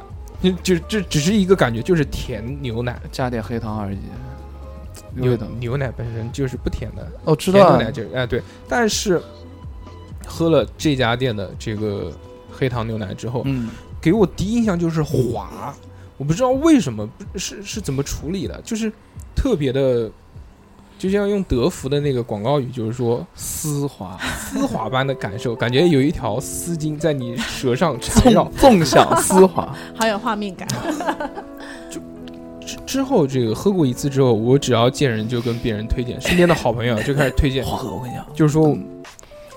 就就这只是一个感觉，就是甜牛奶。
加点黑糖而已。
牛
味道
牛奶本身就是不甜的，
哦，知
甜
道
牛
啊
奶就是哎对，但是喝了这家店的这个黑糖牛奶之后，
嗯，
给我第一印象就是滑，我不知道为什么不是是怎么处理的，就是特别的，就像用德芙的那个广告语，就是说
丝 滑，
丝滑般的感受，感觉有一条丝巾在你舌上
哎
缠 绕。
纵向丝滑，
好有画面感。
之之后这个喝过一次之后，我只要见人就跟别人推荐，身边的好朋友就开始推荐，
黄哎河，我跟你讲，
就是说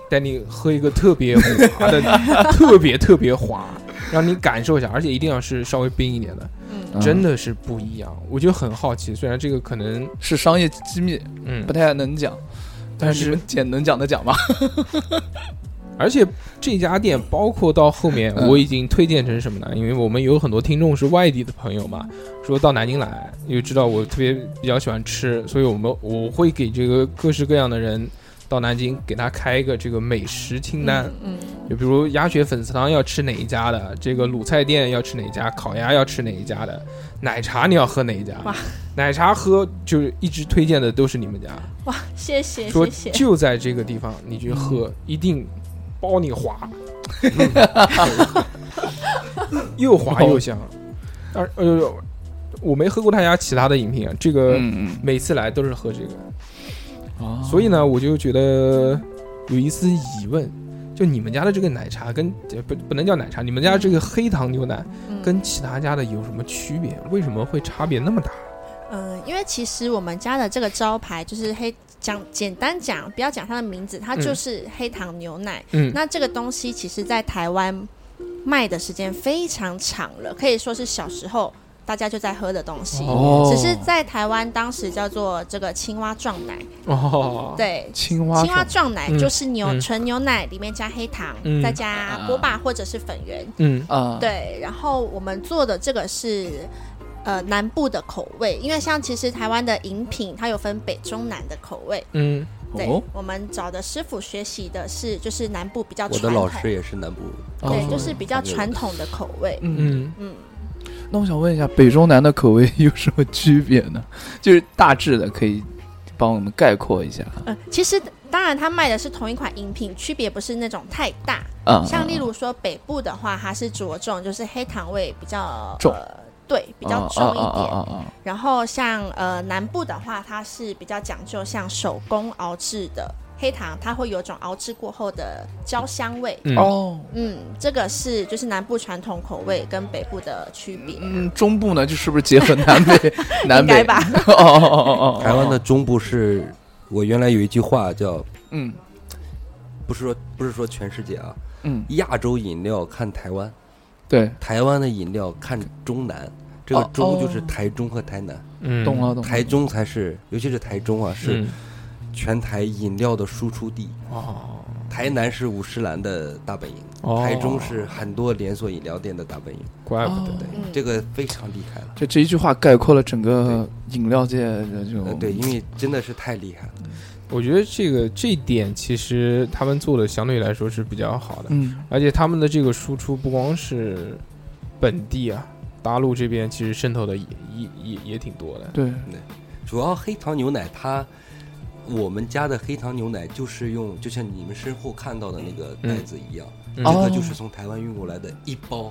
带你喝一个特别滑的，特别特别滑，让你感受一下，而且一定要是稍微冰一点的，
嗯，
真
的
的是不一样。我就很好奇，虽然这个可能。
是商业机密，
嗯
不，太能讲，嗯但
你
是
们
简能讲的讲吧。
而且这家店包括到后面，
嗯
我已经推荐成什么呢？因为我们有很多听众是外地的朋友嘛，说到南京来，因为知道我特别比较喜欢吃，所以我们我会给这个各式各样的人到南京给他开一个这个美食清单，
嗯，
就比如鸭血粉丝汤要吃哪一家的，这个鲁菜店要吃哪一家，烤鸭要吃哪一家的，奶茶你要喝哪一家
哇，
奶茶喝就是一直推荐的都是你们家，
哇，嗯谢谢
说
谢哎谢，
就在这个 地方，你去喝，一定包你滑，又滑又香。
嗯
而呃，我没喝过他家其他的饮品啊，这个
嗯
每次来都是喝这个，
嗯，
所以呢，我就觉得有一丝疑问。就你们家的这个奶茶跟呃不不能叫奶茶，你们家这个黑糖牛奶
嗯
跟其他家的有什么区别？为什么会差别那么大？
嗯，因为其实我们家的这个招牌就是黑，讲简单讲，不要讲它的名字，它
嗯
就是黑糖牛奶。
嗯
那这个东西其实在台湾卖的时间非常长了，可以说是小时候大家就在喝的东西。
哦，
只是在台湾当时叫做这个青蛙撞奶，
哦，
对，
青蛙
青蛙
手
撞奶
嗯
就是牛、
嗯
纯牛奶里面加黑糖，
嗯
再加锅巴或者是粉圆，
嗯
啊，，
对，然后我们做的这个是呃南部的口味，因为像其实台湾的饮品它有分北中南的口味。
嗯，
对，
哦
我们找的师傅学习的是就是南部比较
我
传
的
统，
老师也是南部，
对，
哦
就是比较传统的口味。
嗯
嗯
嗯，
那我想问一下，北中南的口味 有什么区别呢？就是大致的可以帮我们概括一下啊
呃，其实当然它卖的是同一款饮品，区别不是那种太大。
啊。
像例如说北部的话，它是着重就是黑糖味比较
重
呃，对，比较
啊
重一点。
啊啊啊啊啊
然后像呃南部的话，它是比较讲究像手工熬制的黑糖，它会有一种熬制过后的焦香味。
嗯
啊哦，
嗯，这个是就是南部传统口味跟北部的区别，
嗯，中部呢，就是不是结合南 北南
应
北
该？吧？
哦哦哦哦哦，
台湾的中部是，我原来有一句话叫，
嗯
不是说不是说全世界啊，
嗯，
亚洲饮料看台湾，
对，
台湾的饮料看中南，这个
哦
中就是台中和台南，
嗯，
懂了懂了。
台中才是，尤其是台中啊，是
嗯
全台饮料的输出地。
哦，
台南是五十岚的大本营，
哦
台中是很多连锁饮料店的大本营，
怪不得
哦
对，
嗯
这个非常厉害了。
这这一句话概括了整个饮料界的这
嗯
呃，
种
对，因为真的是太厉害了。
我觉得这个这一点其实他们做的相对来说是比较好的，
嗯
而且他们的这个输出不光是本地啊，大陆这边其实渗透的也也也也挺多的。
对
主要黑糖牛奶它，我们家的黑糖牛奶就是用，就像你们身后看到的那个袋子一样，
嗯
这
哦
个就是从台湾运过来的一包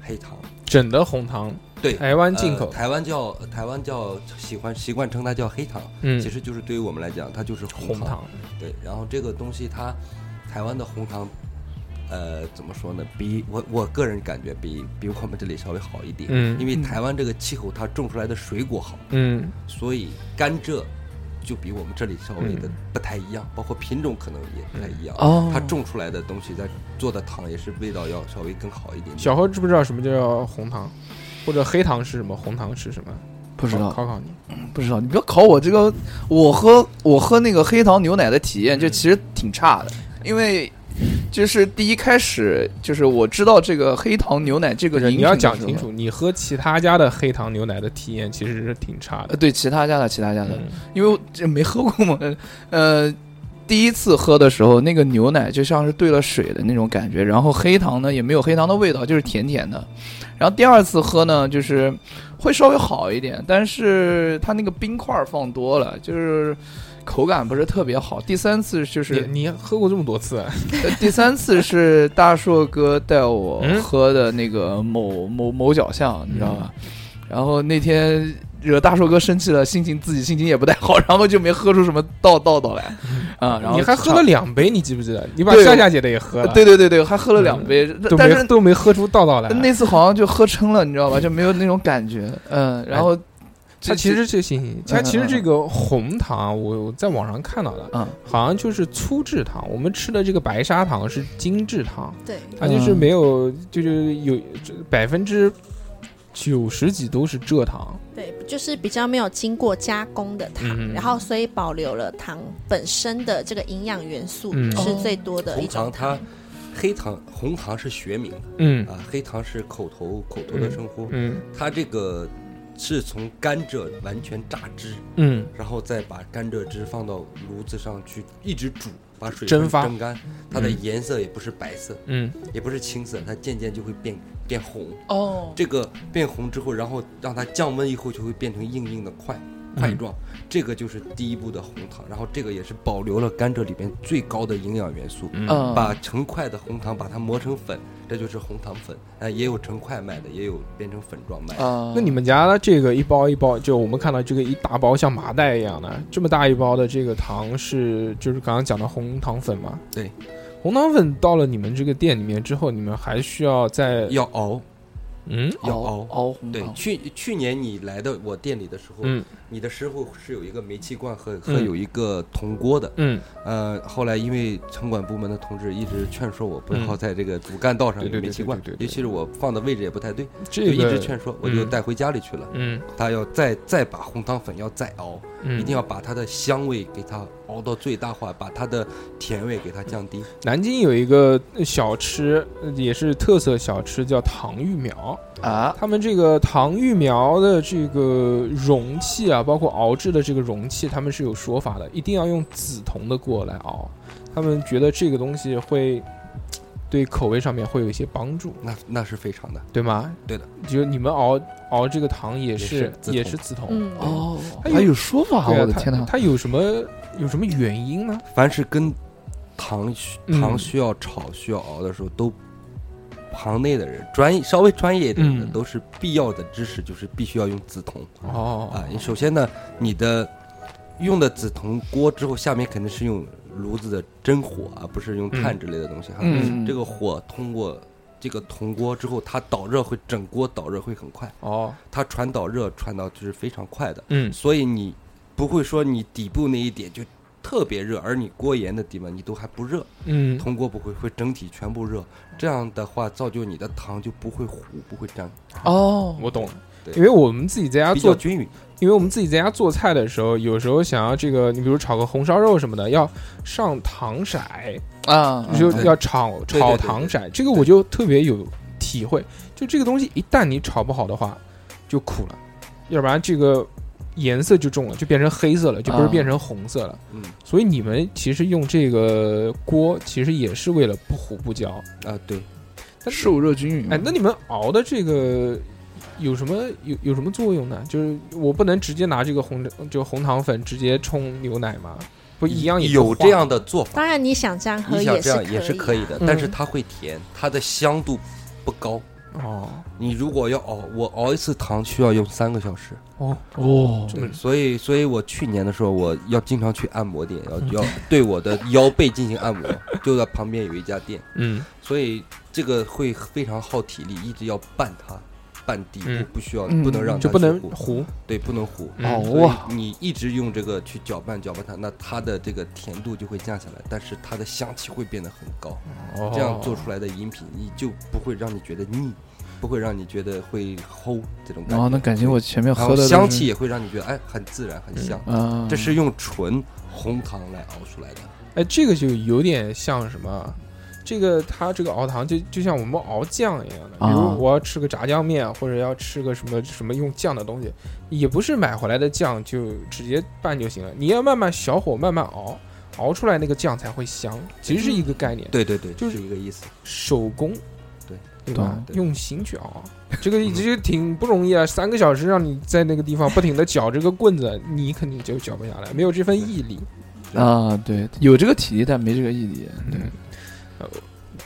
黑糖，
整的红糖，
对，
台湾进
呃
口，
台湾叫台湾叫喜欢习惯称它叫黑糖，
嗯
其，实就是对于我们来讲，它就是
红
糖。
糖，
对，然后这个东西它，台湾的红糖，呃，怎么说呢？比我我个人感觉比比我们这里稍微好一点，
嗯
因为台湾这个气候它种出来的水果好，
嗯
所以甘蔗就比我们这里稍微
嗯
的不太一样，包括品种可能也不太一样。
哦
它种出来的东西，它做的糖也是味道要稍微更好一点点。
小何知不知道什么叫红糖，或者黑糖是什么？红糖是什么？
不知道，
考考你。
不知道，你不要考我这个，我喝我喝那个黑糖牛奶的体验
嗯
就其实挺差的，因为就是第一开始就是我知道这个黑糖牛奶这
不
个
是
饮
你要
品
讲
的时
清
候，
楚，你喝其他家的黑糖牛奶的体验其实是挺差
呃，
的。
对其他家的其他家的，
嗯
因为我这没喝过嘛， 呃，第一次喝的时候，那个牛奶就像是兑了水的那种感觉，然后黑糖呢也没有黑糖的味道，就是甜甜的。然后第二次喝呢，就是会稍微好一点，但是它那个冰块儿放多了，就是口感不是特别好。第三次就是
你你喝过这么多次啊，
呃第三次是大硕哥带我
嗯
喝的那个某某某角巷，你知道吧？
嗯
然后那天惹大硕哥生气了，心情自己心情也不太好，然后就没喝出什么道道道来啊。然后
你还喝了两杯，你记不记得？你把
对
夏夏姐的也喝了，
对对对对，还喝了两杯，
嗯都
但
没
是
都没喝出道道来。
那次好像就喝撑了，你知道吧？就没有那种感觉。嗯，然后
它
这
哎其实这行行，它其实
嗯嗯
这个红糖，啊我我在网上看到的，
嗯
好像就是粗制糖。我们吃的这个白砂糖是精制糖，
对，
它就是
嗯
没有，就是有百分之九十几都是蔗糖。
对，就是比较没有经过加工的糖，
嗯
然后所以保留了糖本身的这个营养元素
嗯
是最多的一
红糖
种
它黑糖红糖是学名
嗯
啊，黑糖是口头口头的称呼，
嗯
它这个是从甘蔗完全榨汁，
嗯
然后再把甘蔗汁放到炉子上去一直煮，把水
蒸
分
发
蒸干，它的
嗯
颜色也不是白色，
嗯
也不是青色，它渐渐就会变变红。
哦，
这个变红之后，然后让它降温以后，就会变成硬硬的块
嗯
块状。这个就是第一步的红糖，然后这个也是保留了甘蔗里边最高的营养元素。
嗯
嗯，
把成块的红糖把它磨成粉，这就是红糖粉。哎，也有成块卖的，也有变成粉状卖的。
啊，
那你们家这个一包一包，就我们看到这个一大包像麻袋一样的这么大一包的这个糖是，就是刚刚讲的红糖粉嘛？
对，
红糖粉到了你们这个店里面之后，你们还需要再
要熬，
嗯
要
熬
熬
熬红
对，
糖
去去年你来到我店里的时候，
嗯
你的师傅是有一个煤气罐和和
嗯
有一个铜锅的。
嗯，
呃，后来因为城管部门的同志一直劝说我不
嗯
要在这个主干道上
对对
有
对
煤气罐
对对，对
尤其是我放的位置也不太对，
这
就
个
一直劝说，我就
嗯
带回家里去了。
嗯
他要再再把红糖粉要再熬，
嗯，
一定要把它的香味给它熬到最大化，把它的甜味给它降低。
南京有一个小吃，呃也是特色小吃，叫糖芋苗。
啊，
他们这个糖芋苗的这个容器啊，包括熬制的这个容器，他们是有说法的，一定要用紫铜的锅来熬。他们觉得这个东西会对口味上面会有一些帮助，
那那是非常的，
对吗？
对的，
就是你们熬熬这个糖也是
也是紫铜
也是紫铜。
嗯，
哦，
还有
还有说法，
哎对啊
我的
它
天哪！
它有什么有什么原因呢？
凡是跟糖需
嗯
糖需要炒、需要熬的时候，都行内的人专业稍微专业一点的，
嗯
都是必要的知识，就是必须要用紫铜
哦，
啊。你首先呢，你的用的紫铜锅之后，下面肯定是用炉子的真火，而不是用炭之类的东西哈。
嗯
这个火通过这个铜锅之后，它导热会整锅导热会很快，
哦，
它传导热传导就是非常快的。
嗯
所以你不会说你底部那一点就特别热，而你锅沿的地方你都还不热，
嗯，
铜锅不会，会整体全部热。这样的话，造就你的糖就不会糊，不会粘，
哦，
我懂了。
对
因为我们自己在家
比
做
较均匀。
因为我们自己在家做菜的时候，有时候想要这个，你比如炒个红烧肉什么的，要上糖色，
啊，
就
嗯对
要炒
对对
炒
对对
糖色，这个我就特别有体会。就这个东西，一旦你炒不好的话，就苦了，要不然这个颜色就重了，就变成黑色了，就不是
啊
变成红色了。
嗯
所以你们其实用这个锅，其实也是为了不糊不焦。
啊，对，
但是
受热均匀。
哎，那你们熬的这个有什么有有什么作用呢？就是我不能直接拿这个红就红糖粉直接冲牛奶吗？不一样也
有
化
这样的做法，
当然你想这样喝
你想
也
这
是
嗯
样也是可
以
以的，但是它会甜，它的香度不高，
哦
你如果要熬，我熬一次糖需要用三个小时，
哦，
哦
这么
所以，所以我去年的时候，我要经常去按摩店，
嗯
要要对我的腰背进行按摩，就在旁边有一家店，
嗯
所以这个会非常耗体力，一直要拌它，拌底部
嗯，
不需要，
嗯
不能让它
就不能
去糊，
糊
对，不能糊。
嗯
哦
所
哇，
以你一直用这个去搅拌搅拌它，那它的这个甜度就会降下来，但是它的香气会变得很高。
哦
这样做出来的饮品，你就不会让你觉得腻，不会让你觉得会齁这种
然
感觉。
哦后那感觉我前面
然
喝
后
的都
香
是
气也会让你觉得哎很自然很香。
啊，
这是用纯红糖来熬出来的。
哎，这个就有点像什么？这个它这个熬糖就就像我们熬酱一样的，比
啊
如我要吃个炸酱面，或者要吃个什么什么用酱的东西，也不是买回来的酱就直接拌就行了，你要慢慢小火慢慢熬，熬出来那个酱才会香，其实是一个概念，
对对对，
就是
是一个意思。
手工，
对
对吧
对？对
用心去熬， 这个其实挺不容易啊，三个小时让你在那个地方不停的搅这个棍子，你肯定就搅不下来，没有这份毅力。
啊，对，有这个体力但没这个毅力，
嗯，呃，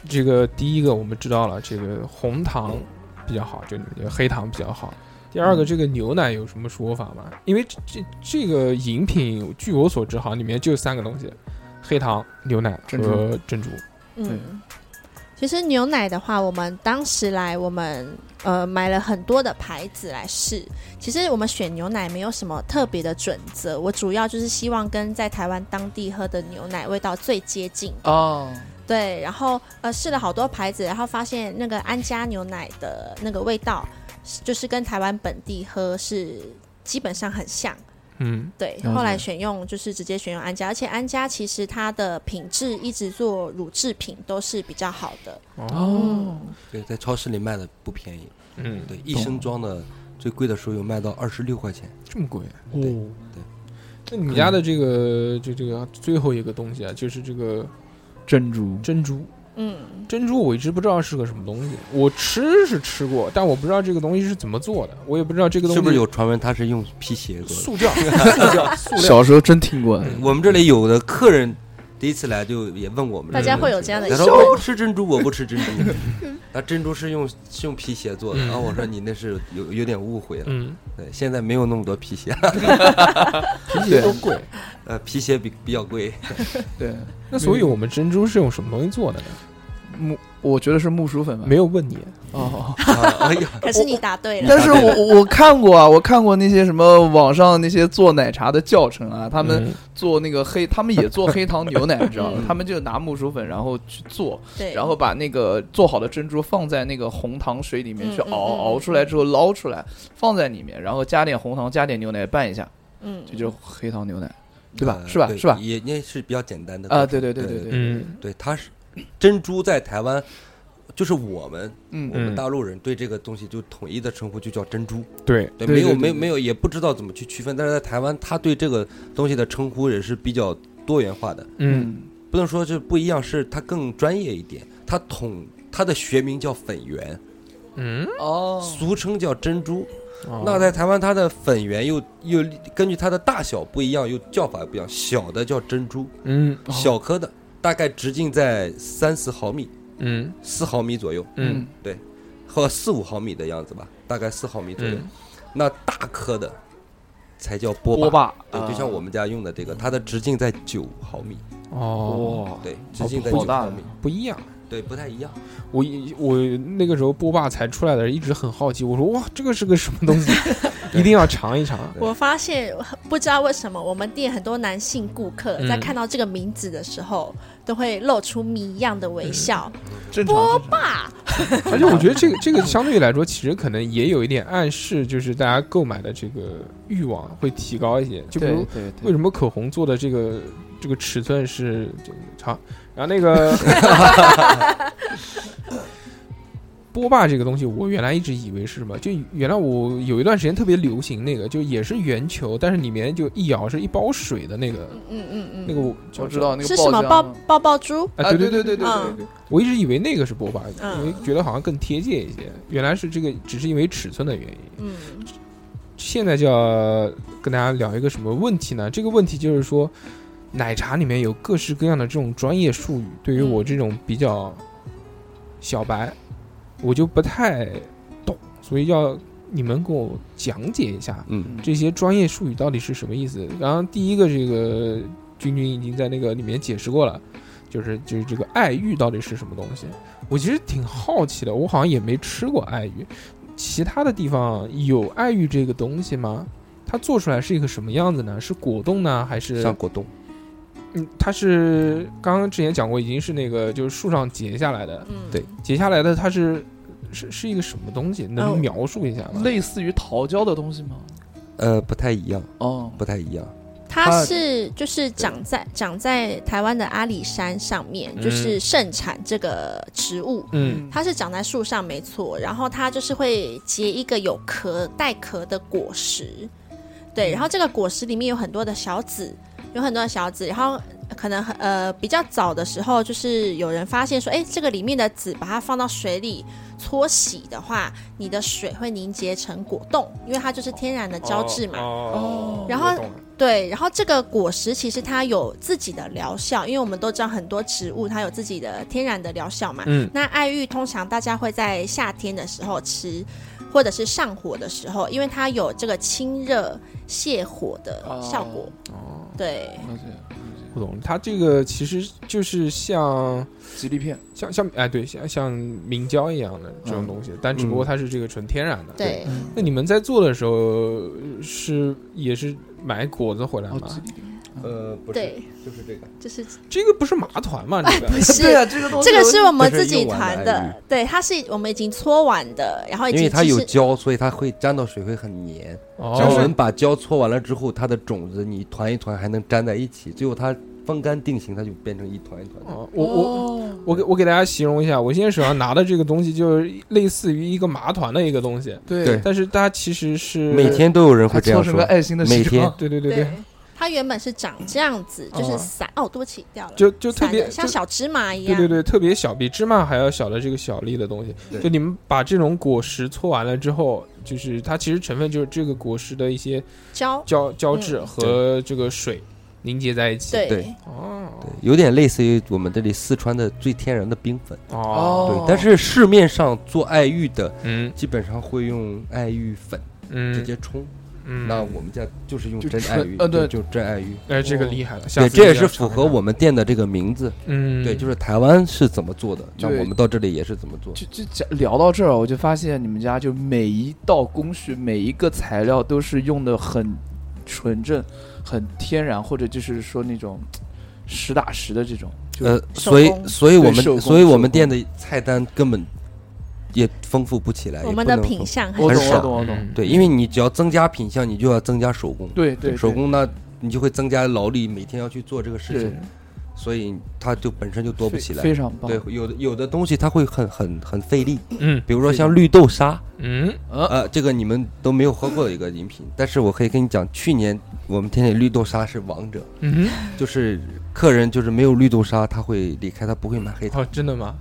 这个第一个我们知道了，这个红糖
嗯
比较好，就你们这个黑糖比较好。第二个，这个牛奶有什么说法吗？因为这这这个饮品，据我所知，好像里面就三个东西：黑糖、牛奶
珍珠
和珍珠。
对
嗯，其实牛奶的话，我们当时来我们呃买了很多的牌子来试。其实我们选牛奶没有什么特别的准则，我主要就是希望跟在台湾当地喝的牛奶味道最接近。
哦，
对，然后呃试了好多牌子，然后发现那个安佳牛奶的那个味道，是就是跟台湾本地喝是基本上很像。
嗯
对，
了
后来
解
选用就是直接选用安佳，而且安佳其实它的品质一直做乳制品都是比较好的。
哦，
对，在超市里卖的不便宜，
嗯，
对，一升装的最贵的时候有卖到二十六块钱。
这么贵？
对
对。那你们家的这个就这个最后一个东西啊，就是这个
珍珠
珍珠。
嗯，
珍珠我一直不知道是个什么东西，我吃是吃过，但我不知道这个东西是怎么做的，我也不知道这个东西
是不是有传闻它是用皮鞋做的？
塑料、塑料、塑料。
小时候真听过，
我们这里有的客人第一次来就也问我们
大
这个问题，
家会有这样的
他说我不吃珍珠，我不吃珍珠。 那珍珠是用是用皮鞋做的，
嗯
然后我说你那是有有点误会了。
嗯，
对，现在没有那么多皮鞋，
皮鞋
都贵。
呃，皮鞋比比较 贵。
对，
那所以我们珍珠是用什么东西做的呢？
木我觉得是木薯粉吧，
没有问你，
哦，
啊哎呀，
可是你答对了，
但是我我看过啊，我看过那些什么网上那些做奶茶的教程啊，他们
嗯
做那个黑，他们也做黑糖牛奶，你知道吗？他们就拿木薯粉然后去做，
对，
然后把那个做好的珍珠放在那个红糖水里面去
嗯嗯
熬，
嗯
熬出来之后捞出来放在里面，然后加点红糖，加点牛奶拌一下，
嗯，
这就是黑糖牛奶，对吧？
呃
是吧？
对
是吧？
也也是比较简单的
啊，对对对
对
对对，
嗯
对，它是珍珠在台湾，就是我们
嗯
我们大陆人对这个东西就统一的称呼就叫珍珠，
对，
对
对，没有
对对
没
对
没有也不知道怎么去区分，但是在台湾，他对这个东西的称呼也是比较多元化的，
嗯，
不能说是不一样，是它更专业一点，它统它的学名叫粉圆，
嗯，
哦，
俗称叫珍珠。
哦
那在台湾，它的粉圆又又根据它的大小不一样，又叫法不一样，小的叫珍珠，
嗯
哦
小颗的大概直径在三四毫米、
嗯
四毫米左右，
嗯
和四五毫米的样子吧，大概四毫米左右。
嗯
那大颗的才叫波
波
霸，
霸，
对，就像我们家用的这个，它的直径在九毫米，
哦，
哇，
对，直径在
好
九
大
毫米，
不一样。
对，不太一样。
我一我那个时候波霸才出来的，一直很好奇，我说哇，这个是个什么东西，一定要尝一尝。
我发现不知道为什么我们店很多男性顾客
嗯
在看到这个名字的时候，都会露出谜一样的微笑。
正常
波
正常
霸，
而且我觉得这个这个相对来说，其实可能也有一点暗示，就是大家购买的这个欲望会提高一些。就比
对
如
对
为
对，
什么口红做的这个这个尺寸是这个长？然后那 个波霸这个东西，我原来一直以为是什么？就原来我有一段时间特别流行那个，就也是圆球，但是里面就一摇是一包水的那个
嗯嗯嗯，
那个我叫
我知道那个
是什么
爆
爆
浆
爆爆珠？
啊，对
对
对，
对对对
嗯
对，
我一直以为那个是波霸，
嗯
因为觉得好像更贴切一些。原来是这个，只是因为尺寸的原因。
嗯
现在就要跟大家聊一个什么问题呢？这个问题就是说，奶茶里面有各式各样的这种专业术语，对于我这种比较小白，我就不太懂，所以要你们给我讲解一下
嗯
这些专业术语到底是什么意思。然后第一个这个君君已经在那个里面解释过了。就是就是这个爱玉到底是什么东西？我其实挺好奇的，我好像也没吃过爱玉，其他的地方有爱玉这个东西吗？它做出来是一个什么样子呢？是果冻呢，还是
像果冻，
嗯，它是刚刚之前讲过，已经是那个就是树上截下来的，
嗯，
对
截下来的它是是是一个什么东西？
哦
能描述一下吗？
类似于桃胶的东西吗？
呃，不太一样，
哦，
不太一样。
它是就是长在长在台湾的阿里山上面，
嗯
就是盛产这个植物。
嗯，
它是长在树上没错，然后它就是会结一个有壳带壳的果实，对，然后这个果实里面有很多的小籽，有很多的小籽，然后可能呃比较早的时候，就是有人发现说，哎，这个里面的籽把它放到水里搓洗的话，你的水会凝结成果冻，因为它就是天然的胶质嘛。
哦
然后对，然后这个果实其实它有自己的疗效，因为我们都知道很多植物它有自己的天然的疗效嘛。
嗯
那爱玉通常大家会在夏天的时候吃，或者是上火的时候，因为它有这个清热泻火的效果。
哦，
对，
了解
不懂，它这个其实就是像
吉利片，
像像哎对，像像明胶一样的这种东西，但只不过它是这个纯天然的。
对，
那你们在做的时候呃是也是买果子回来
哦，
吗？
吉利片。
呃，不
对，
就是这个。
就是
这个不是麻团吗？这个
哎 不是。
对啊，这个东西
这个是我们
这是
自己
用完
团
的爱
的，对，它是我们已经搓完的，然后已
因
经
为它
呃其
有
实
胶，所以它会沾到水会很黏。只要
哦
我们把胶搓完了之后，它的种子你一团一团还能粘在一起，最后它风干定型，它就变成一团一团的。
哦，我我
哦
我给我给大家形容一下，我现在手上拿的这个东西，就是类似于一个麻团的一个东西，
对
对
但是它其实是
每天都有人会
还
这
搓
样
成
说
个。爱心的形
每天
状，
对对对对，
对，它原本是长这样子，就是
哦
散哦，对不起，掉了，
就就特
散
别
的像
就
小芝麻一
对
样，
对对，特别小，比芝麻还要小的这个小粒的东西。
对
就你们把这种果实搓完了之后，就是它其实成分就是这个果实的一些
胶，
胶胶质和这个水凝结在一起。，
对
对，
哦
对，有点类似于我们这里四川的最天然的冰粉。
哦，
对，但是市面上做爱玉的
嗯
基本上会用爱玉粉
嗯，
直接冲，
嗯，
那我们家就是用
就
真爱
纯
玉，
呃对
就真爱玉。
哎，这个厉害了，下
对，
次
这也
一定
是
要
符
尝
合
尝
我们店的这个名字。
嗯，
对，就是台湾是怎么做的，那
对
我们到这里也是怎么做。
就就讲聊到这儿，我就发现你们家就每一道工序、每一个材料都是用的很纯正、很天然，或者就是说那种实打实的这种。就
呃，
手
所以
工
所以我
对手工
们所以我们
手工
店的菜单根本也丰富不起来，
我
哎也
们
不
的
能
品
丰
相很
我懂，
很
我
少
懂，我懂。
嗯
对，因为你只要增加品相，你就要增加手工，
对对，对
手工呢你就会增加劳力，每天要去做这个事
对
情，所以它就本身就多不起来
非。常棒。
对，有的有的东西它会很很很费力，
嗯
比如说
费
像绿豆沙，
嗯
呃，这个你们都没有喝过的一个饮品，但是我可以跟你讲，去年我们天天绿豆沙是王者，
嗯，
就是客人就是没有绿豆沙他会离开，他不会买黑糖。
哦，真的吗？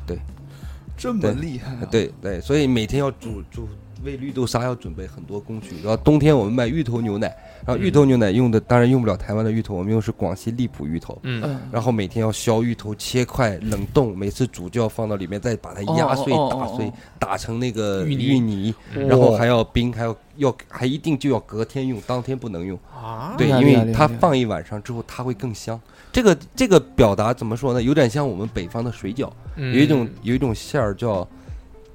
这么
对
厉害啊，
对对，所以每天要煮煮为绿豆沙要准备很多工序。然后冬天我们卖芋头牛奶，然后芋头牛奶用的当然用不了台湾的芋头，我们用的是广西荔浦芋头。
嗯
嗯，
然后每天要削芋头，切块冷冻，每次煮就要放到里面，再把它压碎、
哦哦哦
打
哦
碎，打成那个
芋泥
芋泥，
嗯
然后还要冰，还要要还一定就要隔天用，当天不能用。
啊，
对，
厉害
因
厉害
为
厉害
它
厉害
放一晚上之后，它会更香。这个这个表达怎么说呢？有点像我们北方的水饺，
有
有一种有一种馅儿叫，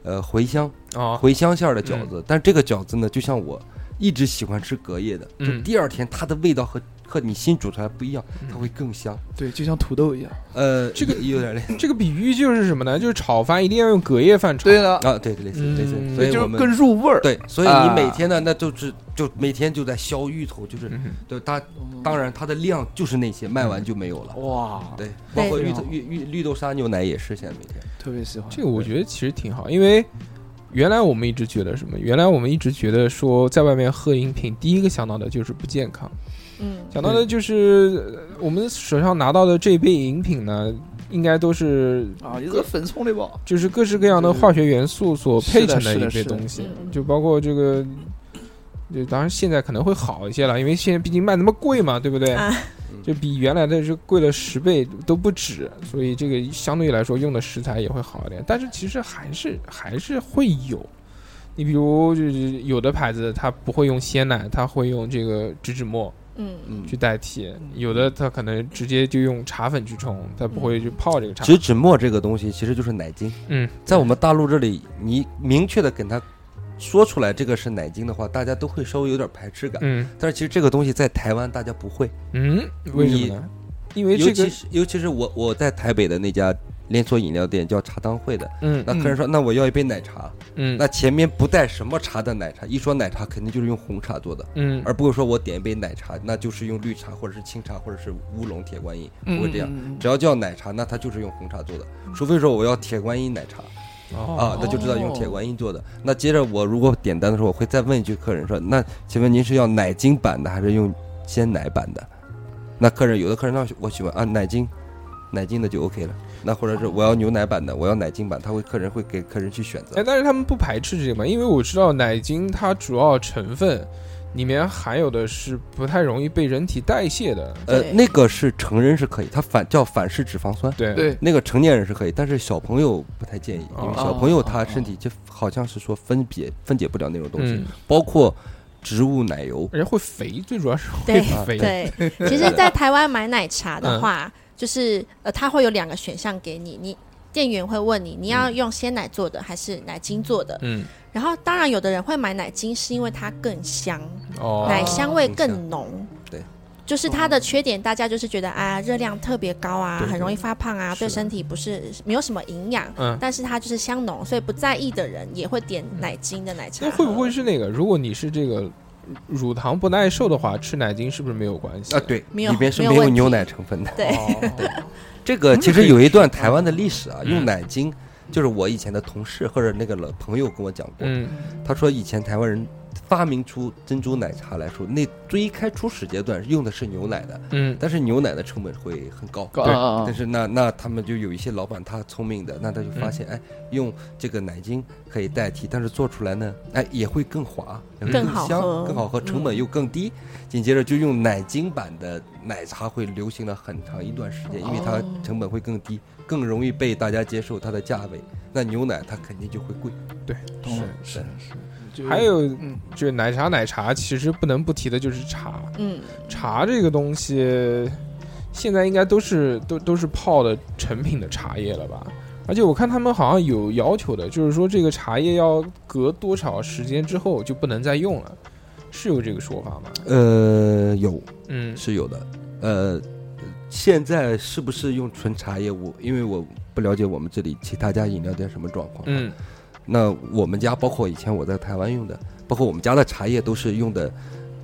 呃茴香
哦，
茴香馅儿的饺子，但这个饺子呢，就像我一直喜欢吃隔夜的，就
嗯
第二天它的味道和和你新煮出来不一样，它会更香。
对，就像土豆一样。
呃，
这个
也有点类
这个比喻就是什么呢？就是炒饭一定要用隔夜饭炒。
对了，
啊，对对类似类
嗯
似，所以
就
我
是更
们
入味儿。
对，所以你
啊
每天呢，那就是就每天就在削芋头，就是
嗯
对它
嗯，
当然它的量就是那些，卖完就没有了。
嗯
哇，
对，
对
包括
啊
芋头
对
芋芋绿豆沙牛奶也是现在每天。
特别喜欢
这个我觉得其实挺好，因为原来我们一直觉得什么？原来我们一直觉得说，在外面喝饮品，第一个想到的就是不健康，
嗯，
想到的就是呃我们手上拿到的这杯饮品呢，应该都是
啊，一个粉葱的吧。
就是各式各样的
对对对
化学元素所配成
是的
一杯
是的
东西
是的，
就包括这个就当然现在可能会好一些了，因为现在毕竟卖那么贵嘛，对不对？
啊
嗯
就比原来的是贵了十倍都不止，所以这个相对来说用的食材也会好一点。但是其实还是还是会有，你比如就是有的牌子它不会用鲜奶，它会用这个植脂末
嗯，
嗯
去代替，有的它可能直接就用茶粉去冲，它不会去泡这个茶。
植脂末这个东西其实就是奶精，
嗯，
在我们大陆这里，你明确的跟他说出来这个是奶精的话，大家都会稍微有点排斥感。
嗯
但是其实这个东西在台湾大家不会，
嗯，为什么呢？因为
尤
这个
其是尤其是我我在台北的那家连锁饮料店叫茶汤会的，
嗯
那客人说、那我要一杯奶茶，
嗯
那前面不带什么茶的奶茶，一说奶茶肯定就是用红茶做的，
嗯
而不会说我点一杯奶茶，那就是用绿茶或者是清茶或者是乌龙铁观音，不会这样。
嗯
只要叫奶茶，那它就是用红茶做的，除非说我要铁观音奶茶
哦
哦
啊，那就知道用铁观音做的。那接着我如果点单的时候，我会再问一句客人说：“那请问您是要奶精版的还是用鲜奶版的？”那客人有的客人他我喜欢啊奶精，奶精的就 OK 了。那或者是我要牛奶版的，我要奶精版，他会客人会给客人去选
哎，
择。
但是他们不排斥这个嘛，因为我知道奶精它主要成分里面含有的是不太容易被人体代谢的，
呃，
对
那个是成人是可以，它反叫反式脂肪酸。
对
对，
那个成年人是可以，但是小朋友不太建议，因为小朋友
哦
他身体就好像是说分解分解不了那种东西，
嗯，
包括植物奶油。
而且会肥，最主要是会
对
肥，
对，其实，在台湾买奶茶的话，
嗯
就是呃，它会有两个选项给你，你店员会问你，你要用鲜奶做的还是奶精做的？
嗯，
然后，当然有的人会买奶精，是因为它更香，
哦，
奶香味
更
更浓。
对。
就是它的缺点，大家就是觉得啊，热量特别高啊
对，
很容易发胖啊，
是的
对身体不是没有什么营养。
嗯。
但是它就是香浓，所以不在意的人也会点奶精的奶茶
那
喝。
会不会是那个？如果你是这个乳糖不耐受的话，吃奶精是不是没有关系
呃
啊，？对，
没有
里边是
没有
没有
问题嗯
牛奶成分的。
对
哦
这个其实有一段台湾的历史啊，
嗯
用奶精，就是我以前的同事或者那个老朋友跟我讲过，
嗯
他说以前台湾人发明出珍珠奶茶来说，那最开初始阶段用的是牛奶的，
嗯
但是牛奶的成本会很高。
高
对
啊
但是那那他们就有一些老板他聪明的，那他就发现，哎，用这个奶精可以代替，但是做出来呢，哎也会更滑，也会
更
更
好
香，
喝
更好喝，成本又更低。紧接着就用奶精版的奶茶会流行了很长一段时间，因为它成本会更低，更容易被大家接受它的价位。那牛奶它肯定就会贵，
懂了
是
是是，就
还有
嗯
就是奶茶，奶茶其实不能不提的就是茶，
嗯，
茶这个东西，现在应该都是都都是泡的成品的茶叶了吧？而且我看他们好像有要求的，就是说这个茶叶要隔多少时间之后就不能再用了，是有这个说法吗？
呃，有
嗯
是有的，呃，现在是不是用纯茶叶？我因为我不了解我们这里其他家饮料店什么状况，。
嗯
那我们家包括以前我在台湾用的，包括我们家的茶叶都是用的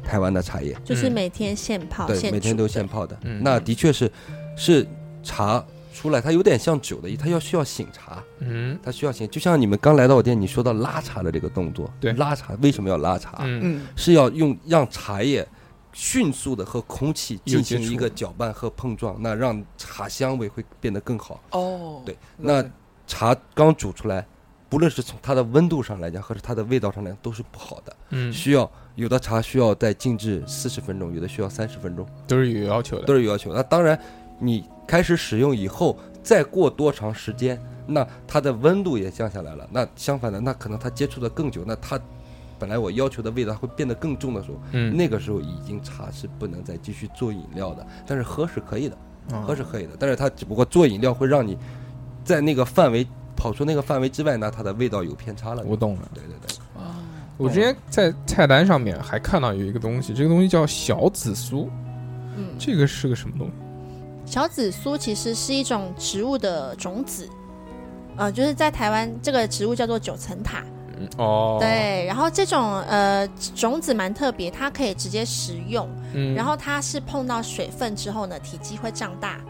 台湾的茶叶，
就是
嗯
每天现泡
对，
哦现
每天
煮
都现泡的。
嗯
那的确是是茶出来，它有点像酒的，它要需要醒茶，
嗯
它需要醒。就像你们刚来到我店，你说到拉茶的这个动作，
对
拉茶为什么要拉茶？
嗯
嗯
是要用让茶叶。迅速的和空气
有
进
接
行一
触
个搅拌和碰撞，那让茶香味会变得更好。
哦，
对那茶刚煮出来，不论是从它的温度上来讲，还是它的味道上来讲，都是不好的。
嗯，
需要有的茶需要再静置四十分钟，有的需要三十分钟，
都是有要求的。
都是有要求。那当然，你开始使用以后，再过多长时间，那它的温度也降下来了。那相反的，那可能它接触的更久，那它本来我要求的味道会变得更重的时候，
嗯，
那个时候已经茶是不能再继续做饮料的，但是喝是可以的，
嗯
喝是可以的。但是它只不过做饮料会让你在那个范围跑出那个范围之外，那它的味道有偏差了。
我懂了。
对对对，
我之前在菜单上面还看到有一个东西，这个东西叫小紫苏，
嗯，
这个是个什么东西？
小紫苏其实是一种植物的种子，呃，就是在台湾这个植物叫做九层塔。
嗯哦，，
对，然后这种呃种子蛮特别，它可以直接食用，
嗯，
然后它是碰到水分之后呢，体积会胀大。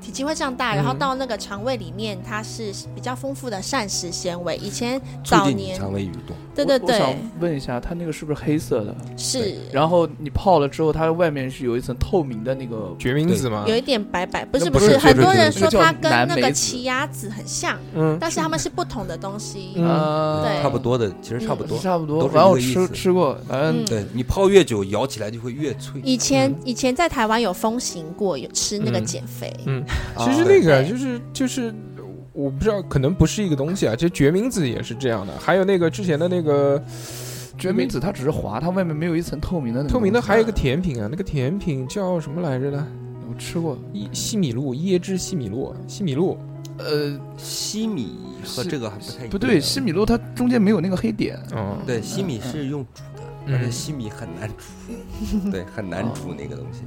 体积会这样大，然后到那个肠胃里面，它是比较丰富的膳食纤维。以前
促
早
进你
年，
肠胃蠕动。
对对
我我
对，
想问一下，它那个是不是黑色的？
是
然后你泡了之后，它外面是有一层透明的那个，
决明子嘛
有，一点白白，不是
那
不
不
是，
是
很多
就是
人
就是
说它
叫
跟
蓝
那
莓
个
子
奇亚籽很像，
嗯，
但是它们是不同的东西。
嗯
啊
对
差不多的，其实差不多。
差不多。
都是
反正我
一个意
吃
思
吃过，反正
嗯
对你泡越久，咬起来就会越脆。
以前
嗯
以前在台湾有风行过，有吃那个
嗯
减肥，
啊
其实那个
对
就是就是，我不知道，可能不是一个东西啊。其实决明子也是这样的，还有那个之前的那个
决明子它只是滑，它外面没有一层透明的那个
透明的，
东西哎
还有一个甜品啊，那个甜品叫什么来着呢？
我吃过。
一西米露，椰汁西米露，啊西米露，
呃，
西米和这个还不太一样
不对，西米露它中间没有那个黑点，
嗯，
对西米是用煮的，
嗯哦
而且西米很难煮，对很难煮那个东西。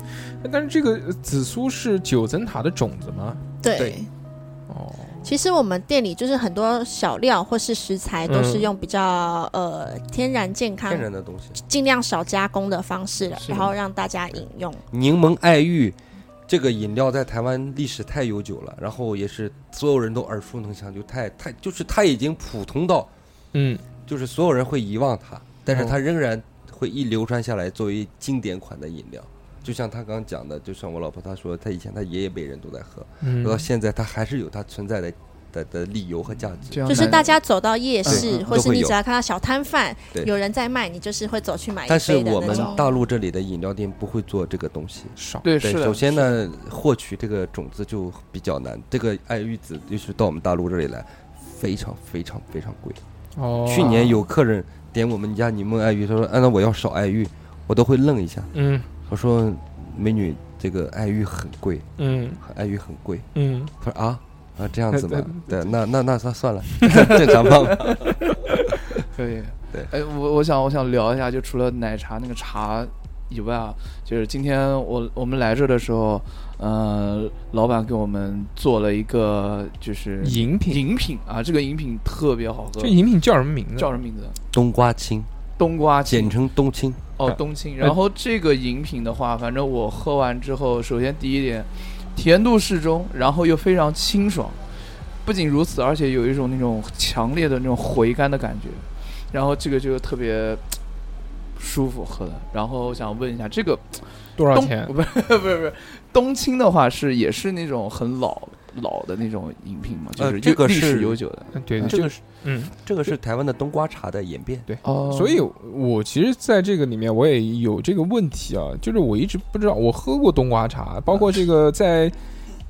但是这个呃紫苏是九层塔的种子吗？
对。
嗯对
哦，
其实我们店里就是很多小料或是食材都是用比较、呃天然健
嗯
康
天、然的东西，
尽量少加工的方式了，
是的
然后让大家饮用。
柠檬爱玉这个饮料在台湾历史太悠久了，然后也是所有人都耳熟能详，就太太就是它已经普通到
嗯，
就是所有人会遗忘它，但是
哦
它仍然会一流传下来作为经典款的饮料。就像他刚讲的，就像我老婆她说，她以前她爷爷辈人都在喝，
嗯
到现在它还是有它存在的的的理由和价值。
这样
就是
男
大家走到夜
嗯
市，
嗯
或是
都会
你
有
只要看到小摊贩
对
有人在卖，你就是会走去买一
但是
杯的
我
那
们
种。
大陆这里的饮料店不会做这个东西。
少，
对
对，
是的。
首先呢，获取这个种子就比较难。这个爱玉子就是到我们大陆这里来，非常非常非常贵。
哦，
去年有客人点我们家柠檬爱玉，他说：“按照我要少爱玉，我都会愣一下。
嗯，”
我说：“美女，这个爱玉很贵，
嗯
爱玉很贵。”
嗯？
他说：“啊啊，这样子 吗对，那那那算算了， 正常吧。
可以。
对，
哎，我我想我想聊一下，就除了奶茶那个茶以外啊，就是今天我我们来这的时候，呃，老板给我们做了一个就是
饮品，
饮品啊，这个饮品特别好喝
这，饮品叫什么名字？
叫什么名字？
冬瓜青，
冬瓜
简
青
称冬青。
哦，冬青。然后这个饮品的话，反正我喝完之后，首先第一点，甜度适中，然后又非常清爽。不仅如此，而且有一种那种强烈的那种回甘的感觉，然后这个就特别舒服喝的。然后我想问一下，这个
多少
冬
钱？
不是不是不是冬青的话是也是那种很老老的那种饮品嘛，就
呃
是
这
历
个
历史
是
悠久的。
嗯对，
嗯
对
这
就
个
是嗯，
这个是台湾的冬瓜茶的演变。
哦
所以我其实在这个里面我也有这个问题啊，就是我一直不知道，我喝过冬瓜茶，包括这个在。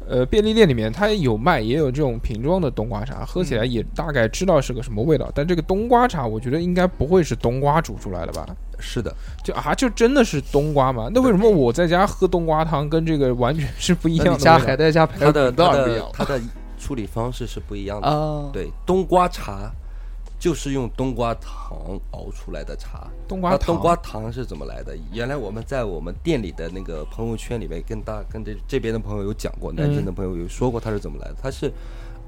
呃，便利店里面它也有卖，也有这种瓶装的冬瓜茶，喝
嗯
起来也大概知道是个什么味道。但这个冬瓜茶，我觉得应该不会是冬瓜煮出来的吧？
是的，
就啊，就真的是冬瓜吗？那为什么我在家喝冬瓜汤跟这个完全是不一
那
样的
你
味
加
道？
海带加排
它
骨
的
当
它
然不一样
的
了
它的处理方式是不一样的。
啊，
对，冬瓜茶就是用冬瓜糖熬出来的茶。
冬
那
瓜汤，
啊冬瓜糖是怎么来的？原来我们在我们店里的那个朋友圈里面跟大跟这这边的朋友有讲过，
嗯
南京的朋友有说过它是怎么来的。它是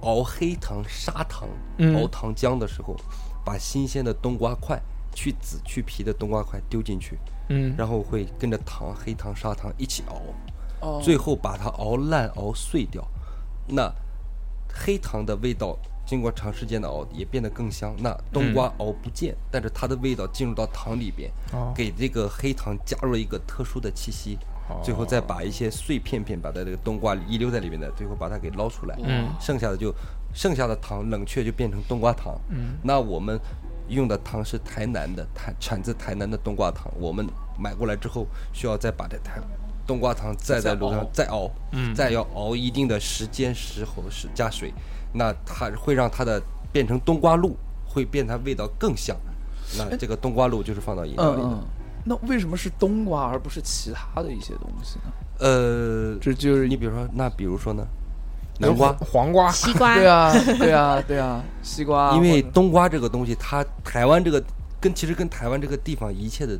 熬黑糖、砂糖、
嗯
熬糖浆的时候，把新鲜的冬瓜块。去籽去皮的冬瓜块丢进去，
嗯，
然后会跟着糖、黑糖、砂糖一起熬，
哦
最后把它熬烂、熬碎掉。那黑糖的味道经过长时间的熬也变得更香。那冬瓜熬不见，但是它的味道进入到糖里边，
哦
给这个黑糖加入了一个特殊的气息。最后再把一些碎片片把它这个冬瓜遗留在里面的，最后把它给捞出来，
嗯
剩下的就剩下的糖冷却就变成冬瓜糖。嗯，那我们用的糖是台南的，台产自台南的冬瓜糖，我们买过来之后需要再把这台冬瓜糖再在炉上再熬，嗯，再要熬一定的时间时候是加水，那它会让它的变成冬瓜露，会变它味道更香。那这个冬瓜露就是放到饮料里的
嗯，嗯，那为什么是冬瓜而不是其他的一些东西呢？
呃，
这就是
你比如说，那比如说呢，南瓜，
黄瓜，
西瓜
对啊，对啊，对啊，西瓜，
因为
或者
冬瓜这个东西，它台湾这个跟其实跟台湾这个地方一切的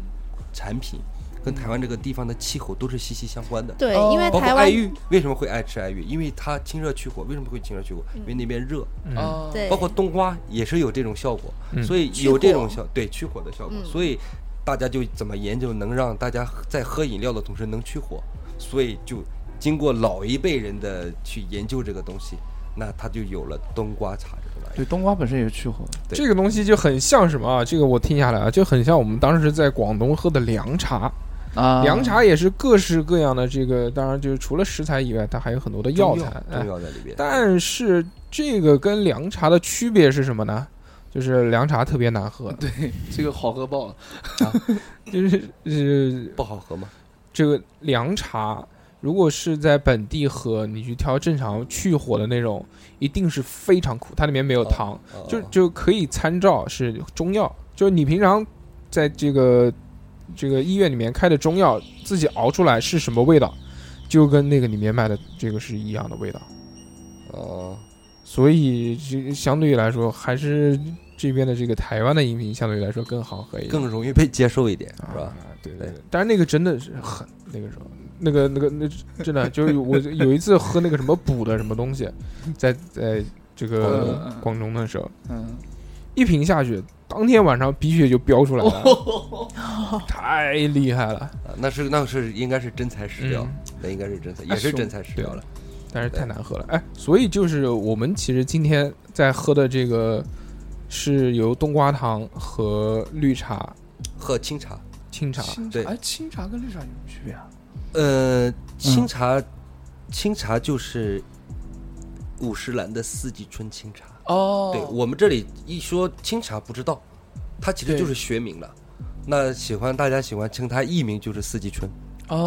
产品，跟台湾这个地方的气候都是息息相关的。
对，
哦
因为
包括
台
爱
湾
玉，为什么会爱吃爱玉？因为它清热去火。为什么会清热去火？因为那边热。
嗯
哦，
对
包括冬瓜也是有这种效果，
嗯
所以
去
有这
火
种效对去火的效果，
嗯
所以大家就怎么研究能让大家在喝饮料的同时能去火，所以就经过老一辈人的去研究这个东西，那他就有了冬瓜茶这个玩意
对，冬瓜本身也是去火的，
对
这个东西就很像什么啊？这个我听下来啊，就很像我们当时在广东喝的凉茶。
啊，
凉茶也是各式各样的，这个当然就是除了食材以外，它还有很多的
儿，
药
中
材。哎
中药在里边。
但是这个跟凉茶的区别是什么呢？就是凉茶特别难喝，
对这个好喝爆了，
就是呃，
不好喝吗？
这个凉茶如果是在本地喝，你去挑正常去火的那种，一定是非常苦，它里面没有
哦
糖，
哦
就
哦
就可以参照是中药，就是你平常在这个这个医院里面开的中药，自己熬出来是什么味道，就跟那个里面卖的这个是一样的味道，
哦，
所以这相对于来说，还是这边的这个台湾的饮品相对于来说更好喝一点，
更容易被接受一点，
啊
是吧？？
对
对
对，对但是那个真的是很那个时候。那个、那个、那真的就是我有一次喝那个什么补的什么东西，在在这
嗯
个
嗯
广东的时候，
嗯，
一瓶下去，当天晚上鼻血就飙出来了， 太厉害了，
啊那是那是应该是真材实料
嗯，
那应该是真材，也是真材实料了。
但是太难喝了。哎，所以就是我们其实今天在喝的这个是由冬瓜汤和绿茶、
喝清茶，
清茶，
清
对
哎，清茶跟绿茶有什么区别啊？
呃，
嗯
清茶，清茶就是五十岚的四季春清茶。
哦
对我们这里一说清茶不知道，它其实
对
就是学名了。那喜欢大家喜欢称它艺名就是四季春。
哦嗯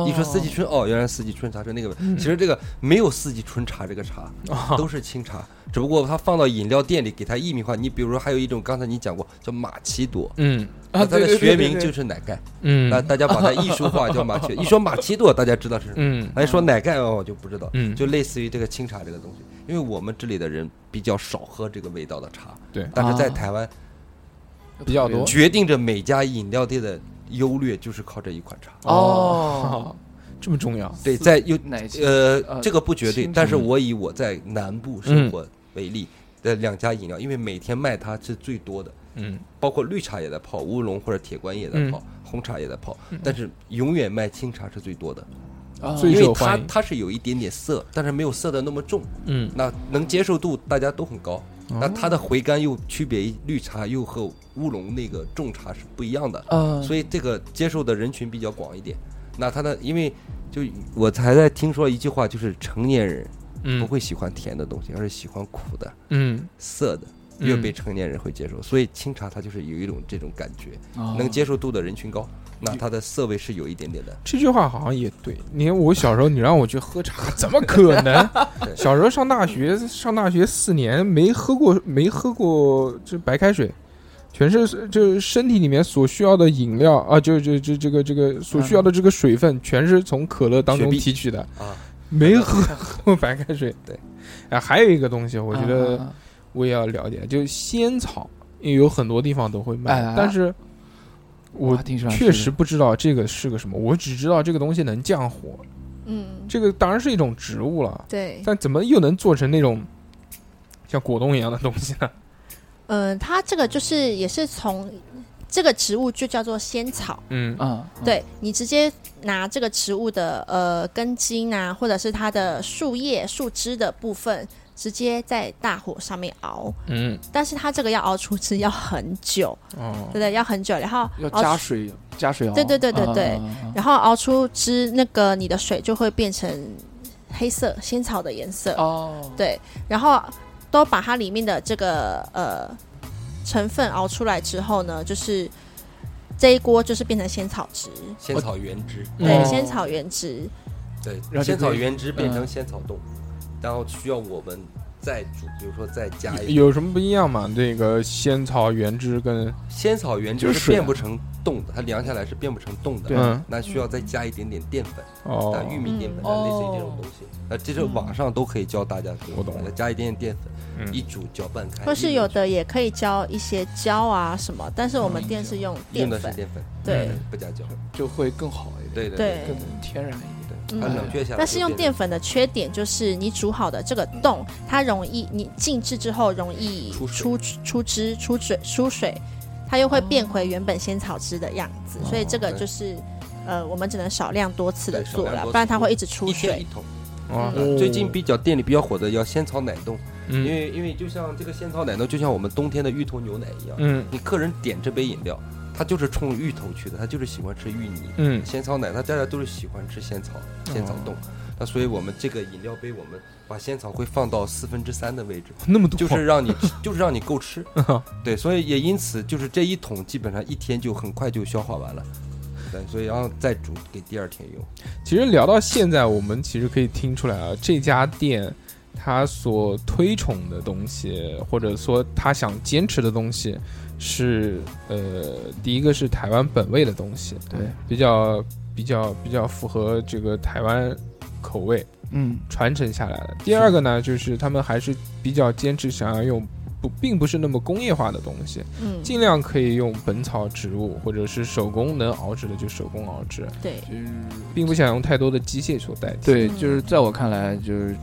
一说四季春，哦，原来四季春茶是那个味。其实这个没有四季春茶这个茶，
哦
都是清茶，只不过它放到饮料店里给它艺名化。你比如说还有一种，刚才你讲过叫马奇朵，
嗯
那它的
啊对对
学
对对
名
对
就是奶盖，
嗯
那大家把它艺术化叫马奇。一说马奇朵，大家知道是什么？
嗯
哎，说奶盖哦，我就不知道，
嗯
就类似于这个清茶这个东西，因为我们这里的人比较少喝这个味道的茶，
对
但是在
啊
台湾
比较多
决定着每家饮料店的优劣，就是靠这一款茶。
哦，
这么重要，
对，在优
奶精
呃
呃
这个不绝对，
清
但是
茶
我以我在南部
嗯
生活为例的两家饮料，因为每天卖它是最多的，
嗯
包括绿茶也在泡，乌龙或者铁观也在泡，红茶也在泡，
嗯
但是永远卖清茶是最多的，
哦
最
因为
受欢
它
迎
它是有一点点涩，但是没有涩的那么重。
嗯
那能接受度大家都很高。那它的回甘又区别于绿茶又和乌龙那个重茶是不一样的，
嗯
所以这个接受的人群比较广一点。那它的因为就我才在听说一句话，就是成年人不
嗯
会喜欢甜的东西，而是喜欢苦的、
嗯
涩的，
嗯
越被成年人会接受。所以清茶它就是有一种这种感觉，
哦
能接受度的人群高，那它的涩味是有一点点的。
这句话好像也对。你看我小时候，你让我去喝茶， 怎么可能？
对
小时候上大学，上大学四年没喝过，没喝过这白开水，全是就是身体里面所需要的饮料啊，就就就这个这个所需要的这个水
嗯
分，全是从可乐当中
雪碧
提取的
啊，
没喝过白开 水。
对，
啊，还有一个东西，我觉
啊
得
啊
我也要了解，就是仙草，因为有很多地方都会
哎
卖
哎，
但是
我
我
还挺喜欢吃
确
的
实不知道这个是个什么，我只知道这个东西能降火，
嗯，
这个当然是一种植物了，
对，
但怎么又能做成那种像果冻一样的东西呢？
嗯、它这个就是也是从这个植物就叫做仙草，
嗯
嗯，嗯，
对你直接拿这个植物的呃根茎啊，或者是它的树叶、树枝的部分，直接在大火上面熬，
嗯
但是它这个要熬出汁要很久，
哦
对不对？要很久，然后
要
熬
加
出
水加水熬，
哦对对对对对
嗯，嗯嗯
然后熬出汁，那个你的水就会变成黑色仙草的颜色
嗯，哦，
对，然后都把它里面的这个呃成分熬出来之后呢，就是这一锅就是变成仙草汁，
仙草原汁，
对，
嗯
哦
仙草原汁，
对，
然后就
仙草
可以
原汁变成
嗯
仙草冻，然后需要我们再煮，比如说再加一
有什么不一样嘛？这个仙草原汁跟
仙草原
就
汁
是
是
水啊
变不成冻的，它凉下来是变不成冻的。
对
嗯
那需要再加一点点淀粉，啊
哦，
玉米淀粉，
嗯
啊类似于这种东西。呃，这是网上都可以教大家做的，
我懂了
加一点点淀粉，
嗯
一煮搅拌开。
或是
一
有的也可以浇一些胶啊什么，但是我们店是用淀
嗯用的是
粉，
淀粉，哎
对
不加酵。
就会更好一点，
对对
对
对
更天然一点。
对，它
嗯
冷却下来。
但是用淀粉的缺点就是，你煮好的这个冻，它容易你静置之后容易
出水
出出汁、出水、出水，它又会
哦
变回原本仙草汁的样
哦
子。所以这个
对
就是，呃，我们只能少量多次的
对少
做
量
了
多，次
不然它会一直出
一天一
水。
桶，
哇，
最近比较店里比较火的叫仙草奶冻，
嗯
因为因为就像这个仙草奶冻，就像我们冬天的芋头牛奶一样，
嗯
你客人点这杯饮料，他就是冲芋头去的，他就是喜欢吃芋泥。
嗯
仙草奶，他大家都是喜欢吃仙草仙草冻，那所以我们这个饮料杯，我们把仙草会放到四分之三的位置，
那么多，
就是让你就是让你够 吃。对，所以也因此就是这一桶基本上一天就很快就消化完了。对，所以然后再煮给第二天用。
其实聊到现在，我们其实可以听出来啊，这家店它所推崇的东西，或者说它想坚持的东西是，呃，第一个是台湾本味的东西，
对，
比较比较比较符合这个台湾口味
嗯，
传承下来的。第二个呢，就是他们还是比较坚持想要用不并不是那么工业化的东西，
嗯，
尽量可以用本草植物或者是手工能熬制的就手工熬制，
对，
并不想用太多的机械所代替。
对，就是在我看来，就是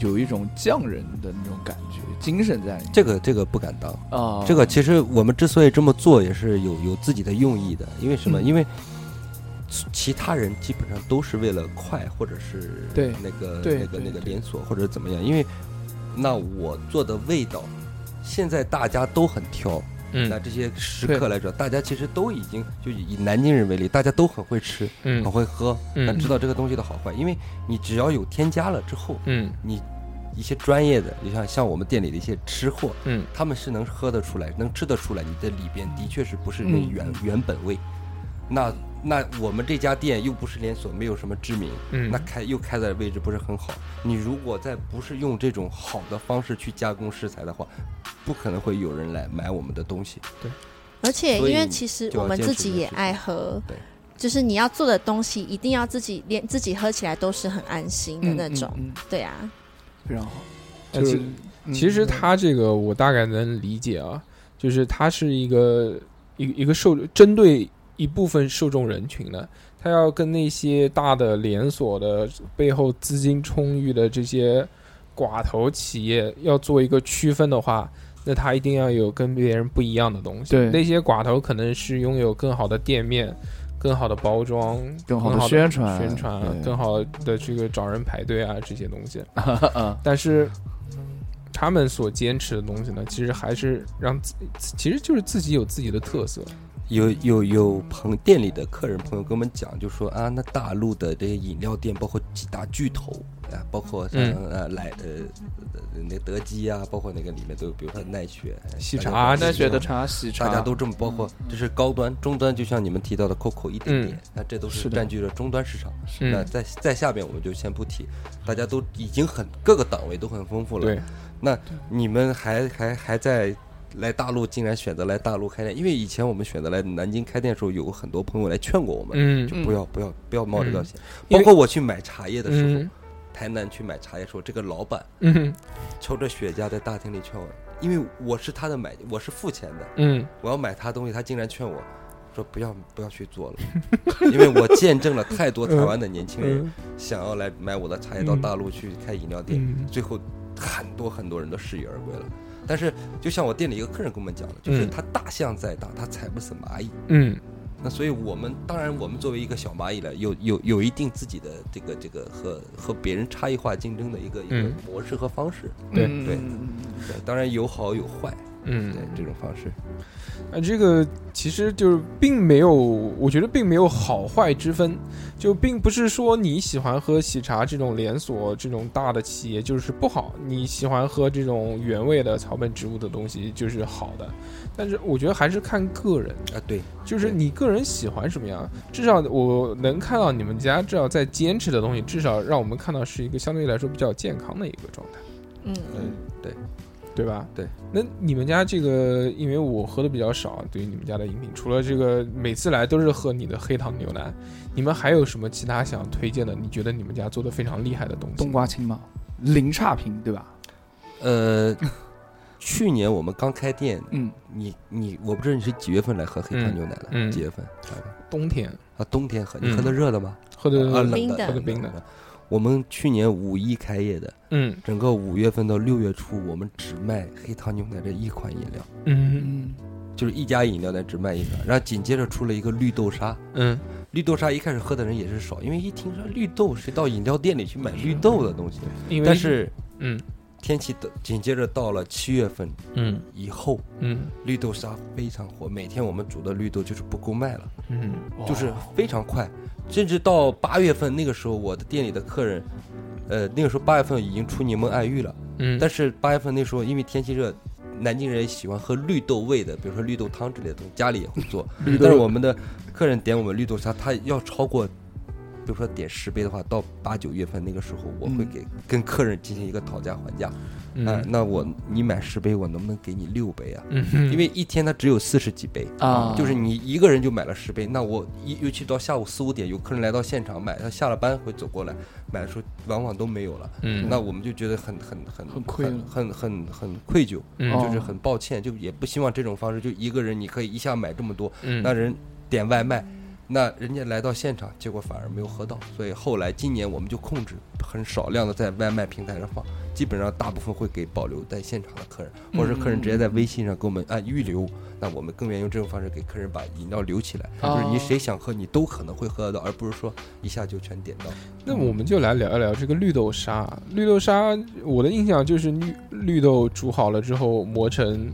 有一种匠人的那种感觉，精神在里面
这个这个不敢当，
啊。
这个其实我们之所以这么做也是有有自己的用意的，因为什么？
嗯
因为其他人基本上都是为了快，或者是
对
那个
对
那个
对
那个
对
连锁或者怎么样。因为那我做的味道，现在大家都很挑。那
嗯
这些食客来说，大家其实都已经就以以南京人为例，大家都很会吃，
嗯
很会喝，
嗯
那知道这个东西的好坏。因为你只要有添加了之后，
嗯
你一些专业的，就像像我们店里的一些吃货，
嗯
他们是能喝得出来，能吃得出来，你的里边的确是不是那
嗯
原、原本味。那那我们这家店又不是连锁，没有什么知名，
嗯
那开又开的位置不是很好。你如果再不是用这种好的方式去加工食材的话，不可能会有人来买我们的东西。
而且
所以
因为其实
就要
我们
坚
自
持
己
这个
也
事情
爱喝
对，
就是你要做的东西一定要自己连自己喝起来都是很安心的
嗯
那种，
嗯嗯
对啊，
非常好。
那
就是
呃其
嗯
其实
嗯
它这个我大概能理解啊，就是它是一个一一个受针对一部分受众人群的，它要跟那些大的连锁的背后资金充裕的这些寡头企业要做一个区分的话。那它一定要有跟别人不一样的东西。
对
那些寡头可能是拥有更好的店面、更好的包装、
更好
好
的
的
宣传
宣传、
对
更好的这个找人排队啊这些东西。
啊，
但是他们所坚持的东西呢，其实还是让自，其实就是自己有自己的特色。
有有有朋店里的客人朋友跟我们讲，就说啊，那大陆的这些饮料店，包括几大巨头啊，包括像、
嗯
呃来呃呃那德基啊，包括那个里面都有，比如说奈雪、
喜
大
茶
家都
啊
那
奈
雪的茶喜茶，
大家都这么，包括
嗯
这是高端、中端，就像你们提到的 COCO 一点点，那这都
是
是
的
占据了终端市场。
嗯
那在在下边我们就先不提，大家都已经很各个档位都很丰富了。
对，
那你们还还还在来大陆，竟然选择来大陆开店，因为以前我们选择来南京开店的时候，有很多朋友来劝过我们，
嗯
就不要不要不要冒这个险。
因
包
为
括我去买茶叶的时候，
嗯
台南去买茶叶的时候，这个老板
嗯
抽着雪茄在大厅里劝我，因为我是他的买，我是付钱的，
嗯
我要买他东西，他竟然劝我说不要不要去做 了，因为我见证了太多台湾的年轻人
嗯
想要来买我的茶叶到大陆去开饮料店，
嗯
最后很多很多人都适意而归了。但是就像我店里一个客人跟我们讲的，就是
嗯
他大象再大，他踩不死蚂蚁。
嗯
那所以我们当然我们作为一个小蚂蚁了，有有有一定自己的这个这个和和别人差异化竞争的一个一个
嗯
模式和方式。
对
嗯
对
嗯嗯嗯
对，当然有好有坏，对
嗯，
这种方式。
啊，这个其实就是并没有，我觉得并没有好坏之分，就并不是说你喜欢喝喜茶这种连锁这种大的企业就是不好，你喜欢喝这种原味的草本植物的东西就是好的，但是我觉得还是看个人。
啊，对，
就是你个人喜欢什么样，至少我能看到你们家至少在坚持的东西，至少让我们看到是一个相对来说比较健康的一个状态，
嗯，
嗯，对。
对吧？
对。
那你们家这个，因为我喝的比较少，对于你们家的饮品，除了这个每次来都是喝你的黑糖牛奶，你们还有什么其他想推荐的？你觉得你们家做的非常厉害的东西？
冬瓜青嘛，零差评对吧？
呃，去年我们刚开店，
嗯，
你你我不知道你是几月份来喝黑糖牛奶的？
嗯嗯
几月份？大概
冬天
啊，冬天喝，
嗯
你喝的热的吗？
喝的，
啊，
冰
冷
的
的，
喝
的冰的
的。我们去年五一开业的，
嗯
整个五月份到六月初，我们只卖黑糖牛奶这一款饮料，
嗯
嗯，
就是一家饮料店只卖一款。然后紧接着出了一个绿豆沙，
嗯
绿豆沙一开始喝的人也是少，因为一听说绿豆，谁到饮料店里去买绿豆的东西？
因为
但是
嗯
天气的紧接着到了七月份
嗯
以后，
嗯
绿豆沙非常火，每天我们煮的绿豆就是不够卖了，
嗯，
就是非常快，甚至到八月份那个时候，我的店里的客人，呃，那个时候八月份已经出柠檬爱玉了，
嗯，
但是八月份那时候因为天气热。南京人也喜欢喝绿豆味的，比如说绿豆汤之类的东西，家里也会做。
绿
但是我们的客人点我们绿豆沙，他要超过，比如说点十杯的话，到八九月份那个时候，我会给、跟客人进行一个讨价还价。
嗯
哎那我你买十杯，我能不能给你六杯啊？
嗯哼，
因为一天他只有四十几杯
啊
就是你一个人就买了十杯，那我一尤其到下午四五点，有客人来到现场买，他下了班会走过来买的时候，往往都没有了。
嗯
那我们就觉得很很很
很愧
很
了
很很很愧疚，
嗯
哦
哦
就是很抱歉，就也不希望这种方式，就一个人你可以一下买这么多，
嗯
那人点外卖，那人家来到现场，结果反而没有喝到，所以后来今年我们就控制很少量的在外卖平台上放，基本上大部分会给保留在现场的客人，或者是客人
嗯
直接在微信上给我们按预留，那我们更愿意用这种方式给客人把饮料留起来，
哦
就是你谁想喝你都可能会喝得到，而不是说一下就全点到。
那我们就来聊一聊这个绿豆沙。绿豆沙，我的印象就是绿绿豆煮好了之后磨成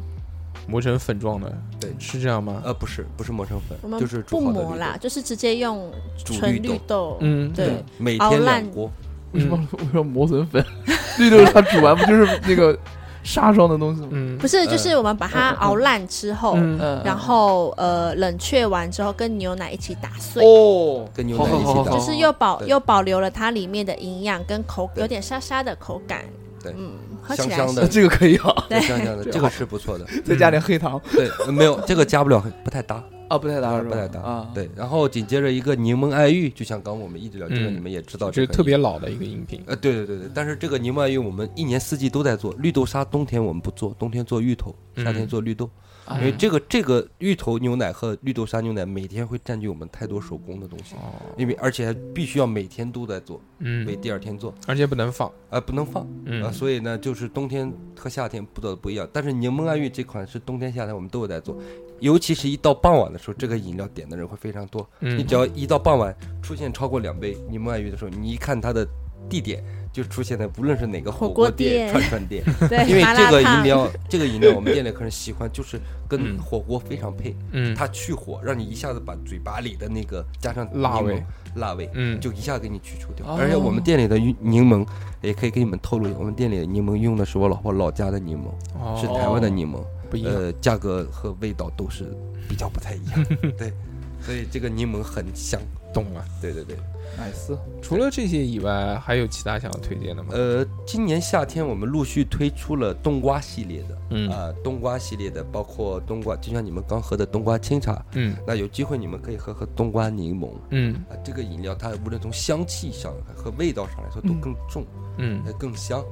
磨成粉状的，
对
是这样吗？
呃，不是，不是磨成粉
我，们
就是
不
煮好的
磨
绿
啦，
豆，
就是直接用
煮
纯
绿豆
绿豆，
嗯，
对
每
熬
天
烂
两锅。
为什么为什么磨成粉？ 绿豆沙煮完不就是那个沙状的东西吗？
嗯，
不
呃
是，就是我们把它熬烂之
哦
后，
嗯，
嗯，
然后呃冷却完之后跟牛奶一起打碎，
哦，
跟牛
好
奶
好
一起
好好
打
好
就是又保
对
又保留了它里面的营养跟口，
对
有点沙沙的口感。
对
嗯，喝起来
香香
是
的
这个可以啊，
对
香香的，这个是不错的。
再加点黑糖
对，呃没有这个加不了，不太搭，
啊，不太搭是吧？
不太搭。
啊，，
哦
对，然后紧接着一个柠檬爱玉，就像刚我们一直聊，这个
嗯
你们也知道，
这
这
是
个
特别老的一个饮品。
呃，对对对对，但是这个柠檬爱玉我们一年四季都在做，绿豆沙冬天我们不做，冬天做芋头，夏天
嗯
做绿豆，
哎
啊因为这个这个芋头牛奶和绿豆沙牛奶每天会占据我们太多手工的东西，
哦，
因为而且还必须要每天都在做，为
嗯，
第二天做，
而且不能放。
呃，不能放。啊，
嗯
所以呢，就是冬天和夏天不得不一样。但是柠檬爱玉这款是冬天、夏天我们都有在做，尤其是一到傍晚的时候，这个饮料点的人会非常多。你
嗯
只要一到傍晚出现超过两杯柠檬爱玉的时候，你一看它的地点，就出现在无论是哪个火锅
火锅
店、
店
串串 店，
对，
因为
麻
这
辣
个饮
烫
料，这个饮料我们店里客人喜欢，就是跟
嗯
火锅非常配，
嗯，
它去火，让你一下子把嘴巴里的那个加上
辣
柠檬
味，
辣味，
嗯
就一下给你去除掉。
哦
而且我们店里的柠柠檬，也可以给你们透露一下，我们店里的柠檬用的是我老婆老家的柠檬，
哦
是台湾的柠檬，
不一样。
呃，价格和味道都是比较不太一 样，对，所以这个柠檬很香，
懂了。
对呃对对。
奶丝
除了这些以外，还有其他想要推荐的吗？
呃，今年夏天我们陆续推出了冬瓜系列的，
嗯
啊、冬瓜系列的包括冬瓜，就像你们刚喝的冬瓜清茶，
嗯
那有机会你们可以喝喝冬瓜柠檬。
嗯
啊，这个饮料它无论从香气上和味道上来说都更重，
嗯
呃，更香。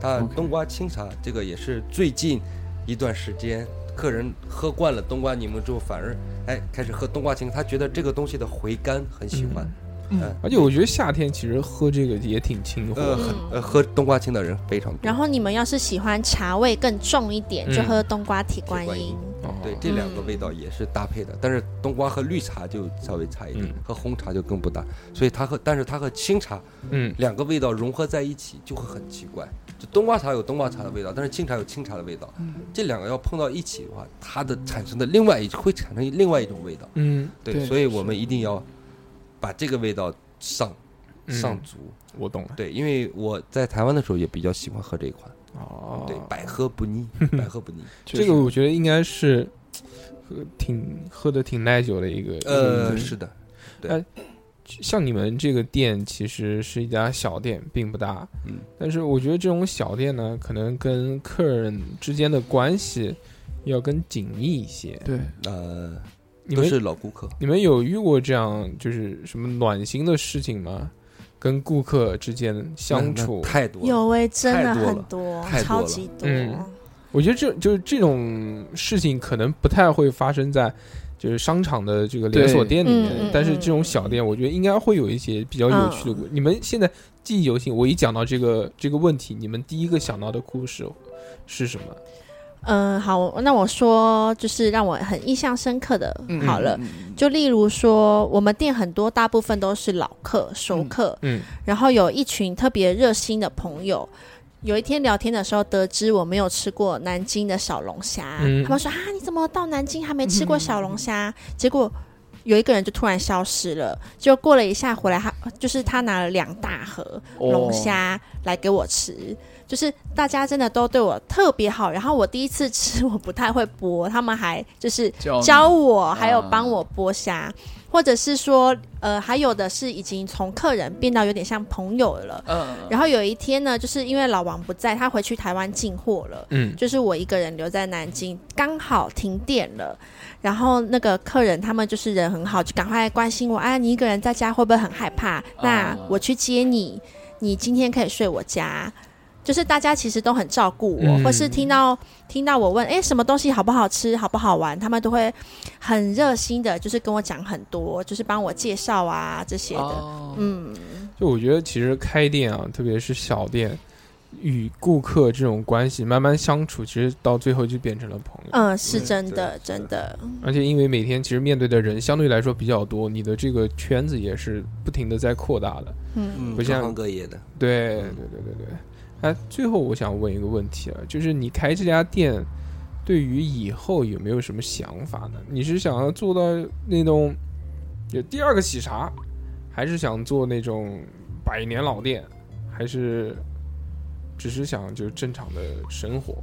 它
OK
冬瓜清茶这个也是最近一段时间客人喝惯了冬瓜柠檬之后，反而哎开始喝冬瓜清茶，他觉得这个东西的回甘很喜欢。
嗯
呃
而且我觉得夏天其实喝这个也挺清
呃，
火。
很呃，喝冬瓜清的人非常多
然。后你们要是喜欢茶味更重一点，
嗯
就喝冬瓜铁观
铁观
音
音。
哦
对，这两个味道也是搭配的，但是冬瓜和绿茶就稍微差一点，
嗯
和红茶就更不搭。所以它和但是它和清茶
嗯
两个味道融合在一起就会很奇怪。就冬瓜茶有冬瓜茶的味道，但是清茶有清茶的味道，这两个要碰到一起的话，它的产生的另外一会产生另外一种味道。
嗯，
对，
对
所以我们一定要把这个味道上
嗯
上足。
我懂了。
对，因为我在台湾的时候也比较喜欢喝这一款，
哦，
对，百喝 不腻，百喝不腻。
这个我觉得应该是喝挺喝的挺耐久的一个。
呃，
一个
是的，
像你们这个店其实是一家小店，并不大。
嗯，
但是我觉得这种小店呢，可能跟客人之间的关系要更紧密一些。
对，
呃，
你
都
们
是老顾客。
你们有遇过这样就是什么暖心的事情吗？跟顾客之间相
那那
处，
太多了
有哎，真
太
的
多了
很多，
太多
超
了
级多。
嗯我觉得这就是这种事情可能不太会发生在就是商场的这个连锁店里面
对嗯嗯，
但是这种小店，我觉得应该会有一些比较有趣的故。
啊
你们现在记忆犹新，我一讲到这个这个问题，你们第一个想到的故事是什么？
嗯，好，那我说就是让我很印象深刻的，
嗯
好了，，
嗯嗯
就例如说我们店很多大部分都是老客、熟客，
嗯，
然后有一群特别热心的朋友。有一天聊天的时候，得知我没有吃过南京的小龙虾，
嗯
他们说啊，你怎么到南京还没吃过小龙虾？结果有一个人就突然消失了，结果过了一下回来，他就是他拿了两大盒
哦
龙虾来给我吃。就是大家真的都对我特别好，然后我第一次吃我不太会剥，他们还就是
教
教我，还有
啊
帮我剥虾，或者是说，呃，还有的是已经从客人变到有点像朋友了。
嗯，
然后有一天呢，就是因为老王不在，他回去台湾进货了，
嗯，
就是我一个人留在南京，刚好停电了。然后那个客人他们就是人很好，就赶快关心我，啊，你一个人在家会不会很害怕？那我去接你，你今天可以睡我家。就是大家其实都很照顾我，
嗯
或是听到听到我问，哎，什么东西好不好吃，好不好玩，他们都会很热心的，就是跟我讲很多，就是帮我介绍啊这些的。
哦
嗯，
就我觉得其实开店啊，特别是小店，与顾客这种关系慢慢相处，其实到最后就变成了朋友。
嗯，是
对
真
对
的，
是
真的，
而且因为每天其实面对的人相对来说比较多，你的这个圈子也是不停的在扩大的。
嗯，
嗯，
不像
各行各业的，
对对对对对。哎、最后我想问一个问题啊，就是你开这家店，对于以后有没有什么想法呢？你是想要做到那种有第二个喜茶，还是想做那种百年老店，还是只是想就正常的生活？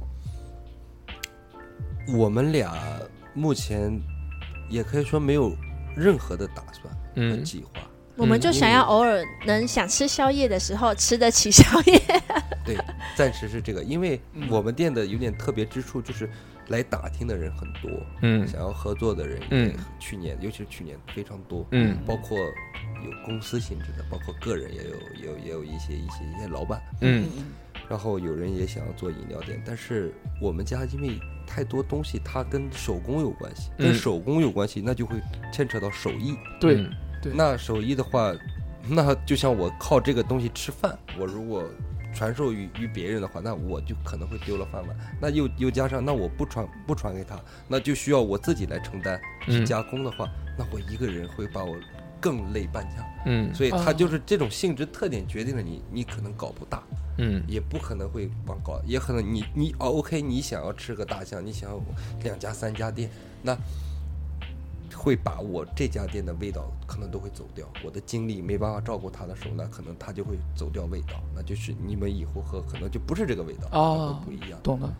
我们俩目前也可以说没有任何的打算和
嗯，
计划。
我们就想要偶尔能想吃宵夜的时候吃得起宵夜。
对，暂时是这个，因为我们店的有点特别之处就是来打听的人很多，
嗯
想要合作的人，
嗯，
去年尤其是去年非常多，
嗯
包括有公司性质的，包括个人也有，也有也有一些一些一些老板，
嗯
然后有人也想要做饮料店，但是我们家因为太多东西，它跟手工有关系，
嗯
跟手工有关系，那就会牵扯到手艺。
对，
嗯
对
那手艺的话，那就像我靠这个东西吃饭，我如果传授于于别人的话，那我就可能会丢了饭碗。那又又加上，那我不传不传给他，那就需要我自己来承担。去
嗯
加工的话，那我一个人会把我更累半价。
嗯
所以
哦
它就是这种性质特点决定了你，你可能搞不大。
嗯
也不可能会往高，也可能你你哦，OK，你想要吃个大象，你想要两家三家店，那会把我这家店的味道可能都会走掉。我的精力没办法照顾它的时候，那可能它就会走掉味道，那就是你们以后喝可能就不是这个味道，
哦
可能会不一样。
懂了，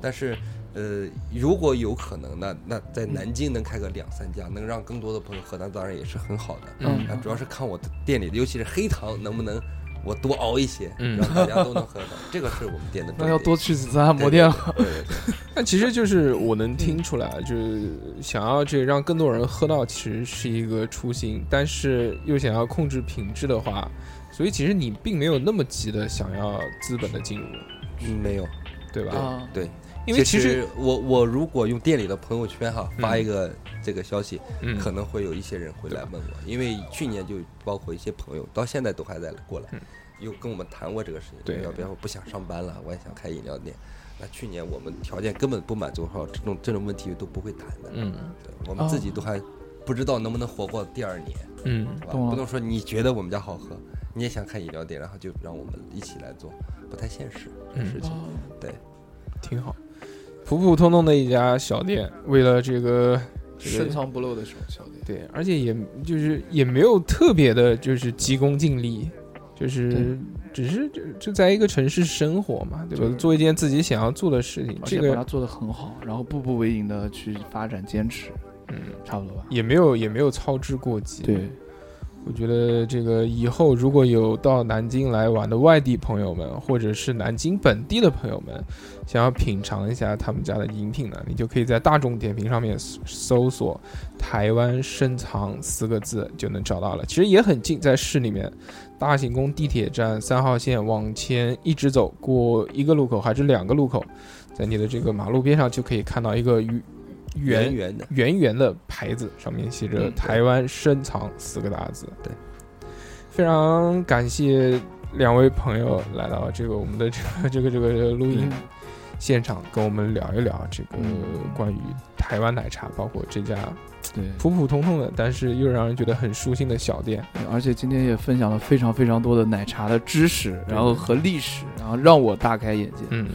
但是呃，如果有可能，那那在南京能开个两三家，能让更多的朋友喝，那当然也是很好的。
嗯
啊，主要是看我的店里的，尤其是黑糖能不能我多熬一些，
嗯
让大家都能喝到。这个是我们店的重
那
点。
要多去几次按摩店了。
对。对对对
那其实就是我能听出来，啊就是想要这让更多人喝到，其实是一个初心，但是又想要控制品质的话，所以其实你并没有那么急的想要资本的进入，
嗯没有，
对吧？
啊，
对，
因为
其
其实，
我我如果用店里的朋友圈哈
嗯
发一个这个消息，
嗯，
可能会有一些人会来问我，因为去年就包括一些朋友到现在都还在过来
嗯，
又跟我们谈过这个事情，
对
要不然我不想上班了，我也想开饮料店。那去年我们条件根本不满足哈，这种这种问题都不会谈的，
嗯
对我们自己都还不知道能不能活过第二年。
嗯
是吧
懂了
不能说你觉得我们家好喝，你也想开饮料店，然后就让我们一起来做，不太现实的事
嗯，
哦
情。
挺好，普普通通的一家小店，为了这个。这个
深藏不露的这种小店，
对，而且也就是也没有特别的，就是急功近利，就是只是就就在一个城市生活嘛，对吧？
就是
做一件自己想要做的事情，
而
这
且把
个
它做得很好，然后步步为营的去发展坚持，
嗯，
差不多吧？
也没有也没有操之过急。
对，
我觉得这个以后如果有到南京来玩的外地朋友们，或者是南京本地的朋友们，想要品尝一下他们家的饮品呢，你就可以在大众点评上面搜搜索“台湾深藏”四个字就能找到了。其实也很近，在市里面，大行宫地铁站三号线往前一直走过一个路口还是两个路口，在你的这个马路边上就可以看到一个圆圆
圆圆的，
圆圆的牌子，上面写着
嗯
“台湾深藏”四个大字。
对，
非常 感谢两位朋友来到这个我们的这个这个这个这个录音
嗯，
现场跟我们聊一聊这个关于台湾奶茶，包括这家
对，
普普通通的，但是又让人觉得很舒心的小店。
而且今天也分享了非常非常多的奶茶的知识，然后和历史，然后让我大开眼界，
嗯，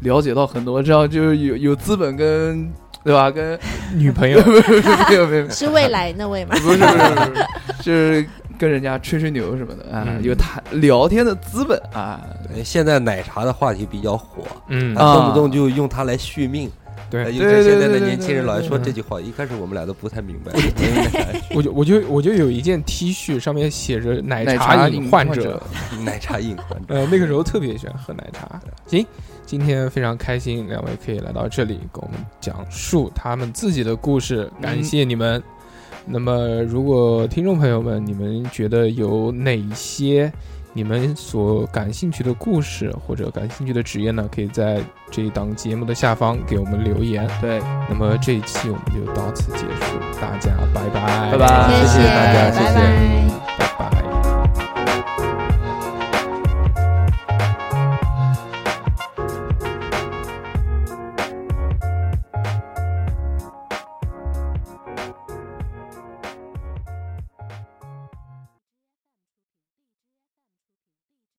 了解到很多，这样就是有有资本跟对吧？跟
女朋友
没有没有，
是未来那位吗？
不是不是不是，就是跟人家吹吹牛什么的啊，
嗯
有谈聊天的资本啊。
哎现在奶茶的话题比较火，
嗯
啊
动不动就用它来续命。
对
哎
对对
有现在
对
的
对
年轻人老爱说
对对
这句话，一开始我们俩都不太明白。 奶
我就我就我就有一件 T 恤，上面写着“奶
奶
茶
瘾
瘾患
者，
茶奶茶瘾患者，
呃，那个时候特别喜欢喝奶茶。行，今天非常开心，两位可以来到这里，跟我们讲述他们自己的故事，
嗯
感谢你们。那么，如果听众朋友们，你们觉得有哪些你们所感兴趣的故事或者感兴趣的职业呢？可以在这一档节目的下方给我们留言。
对，
那么这一期我们就到此结束，大家拜拜，
拜拜
谢
谢谢大家
拜
谢谢
拜。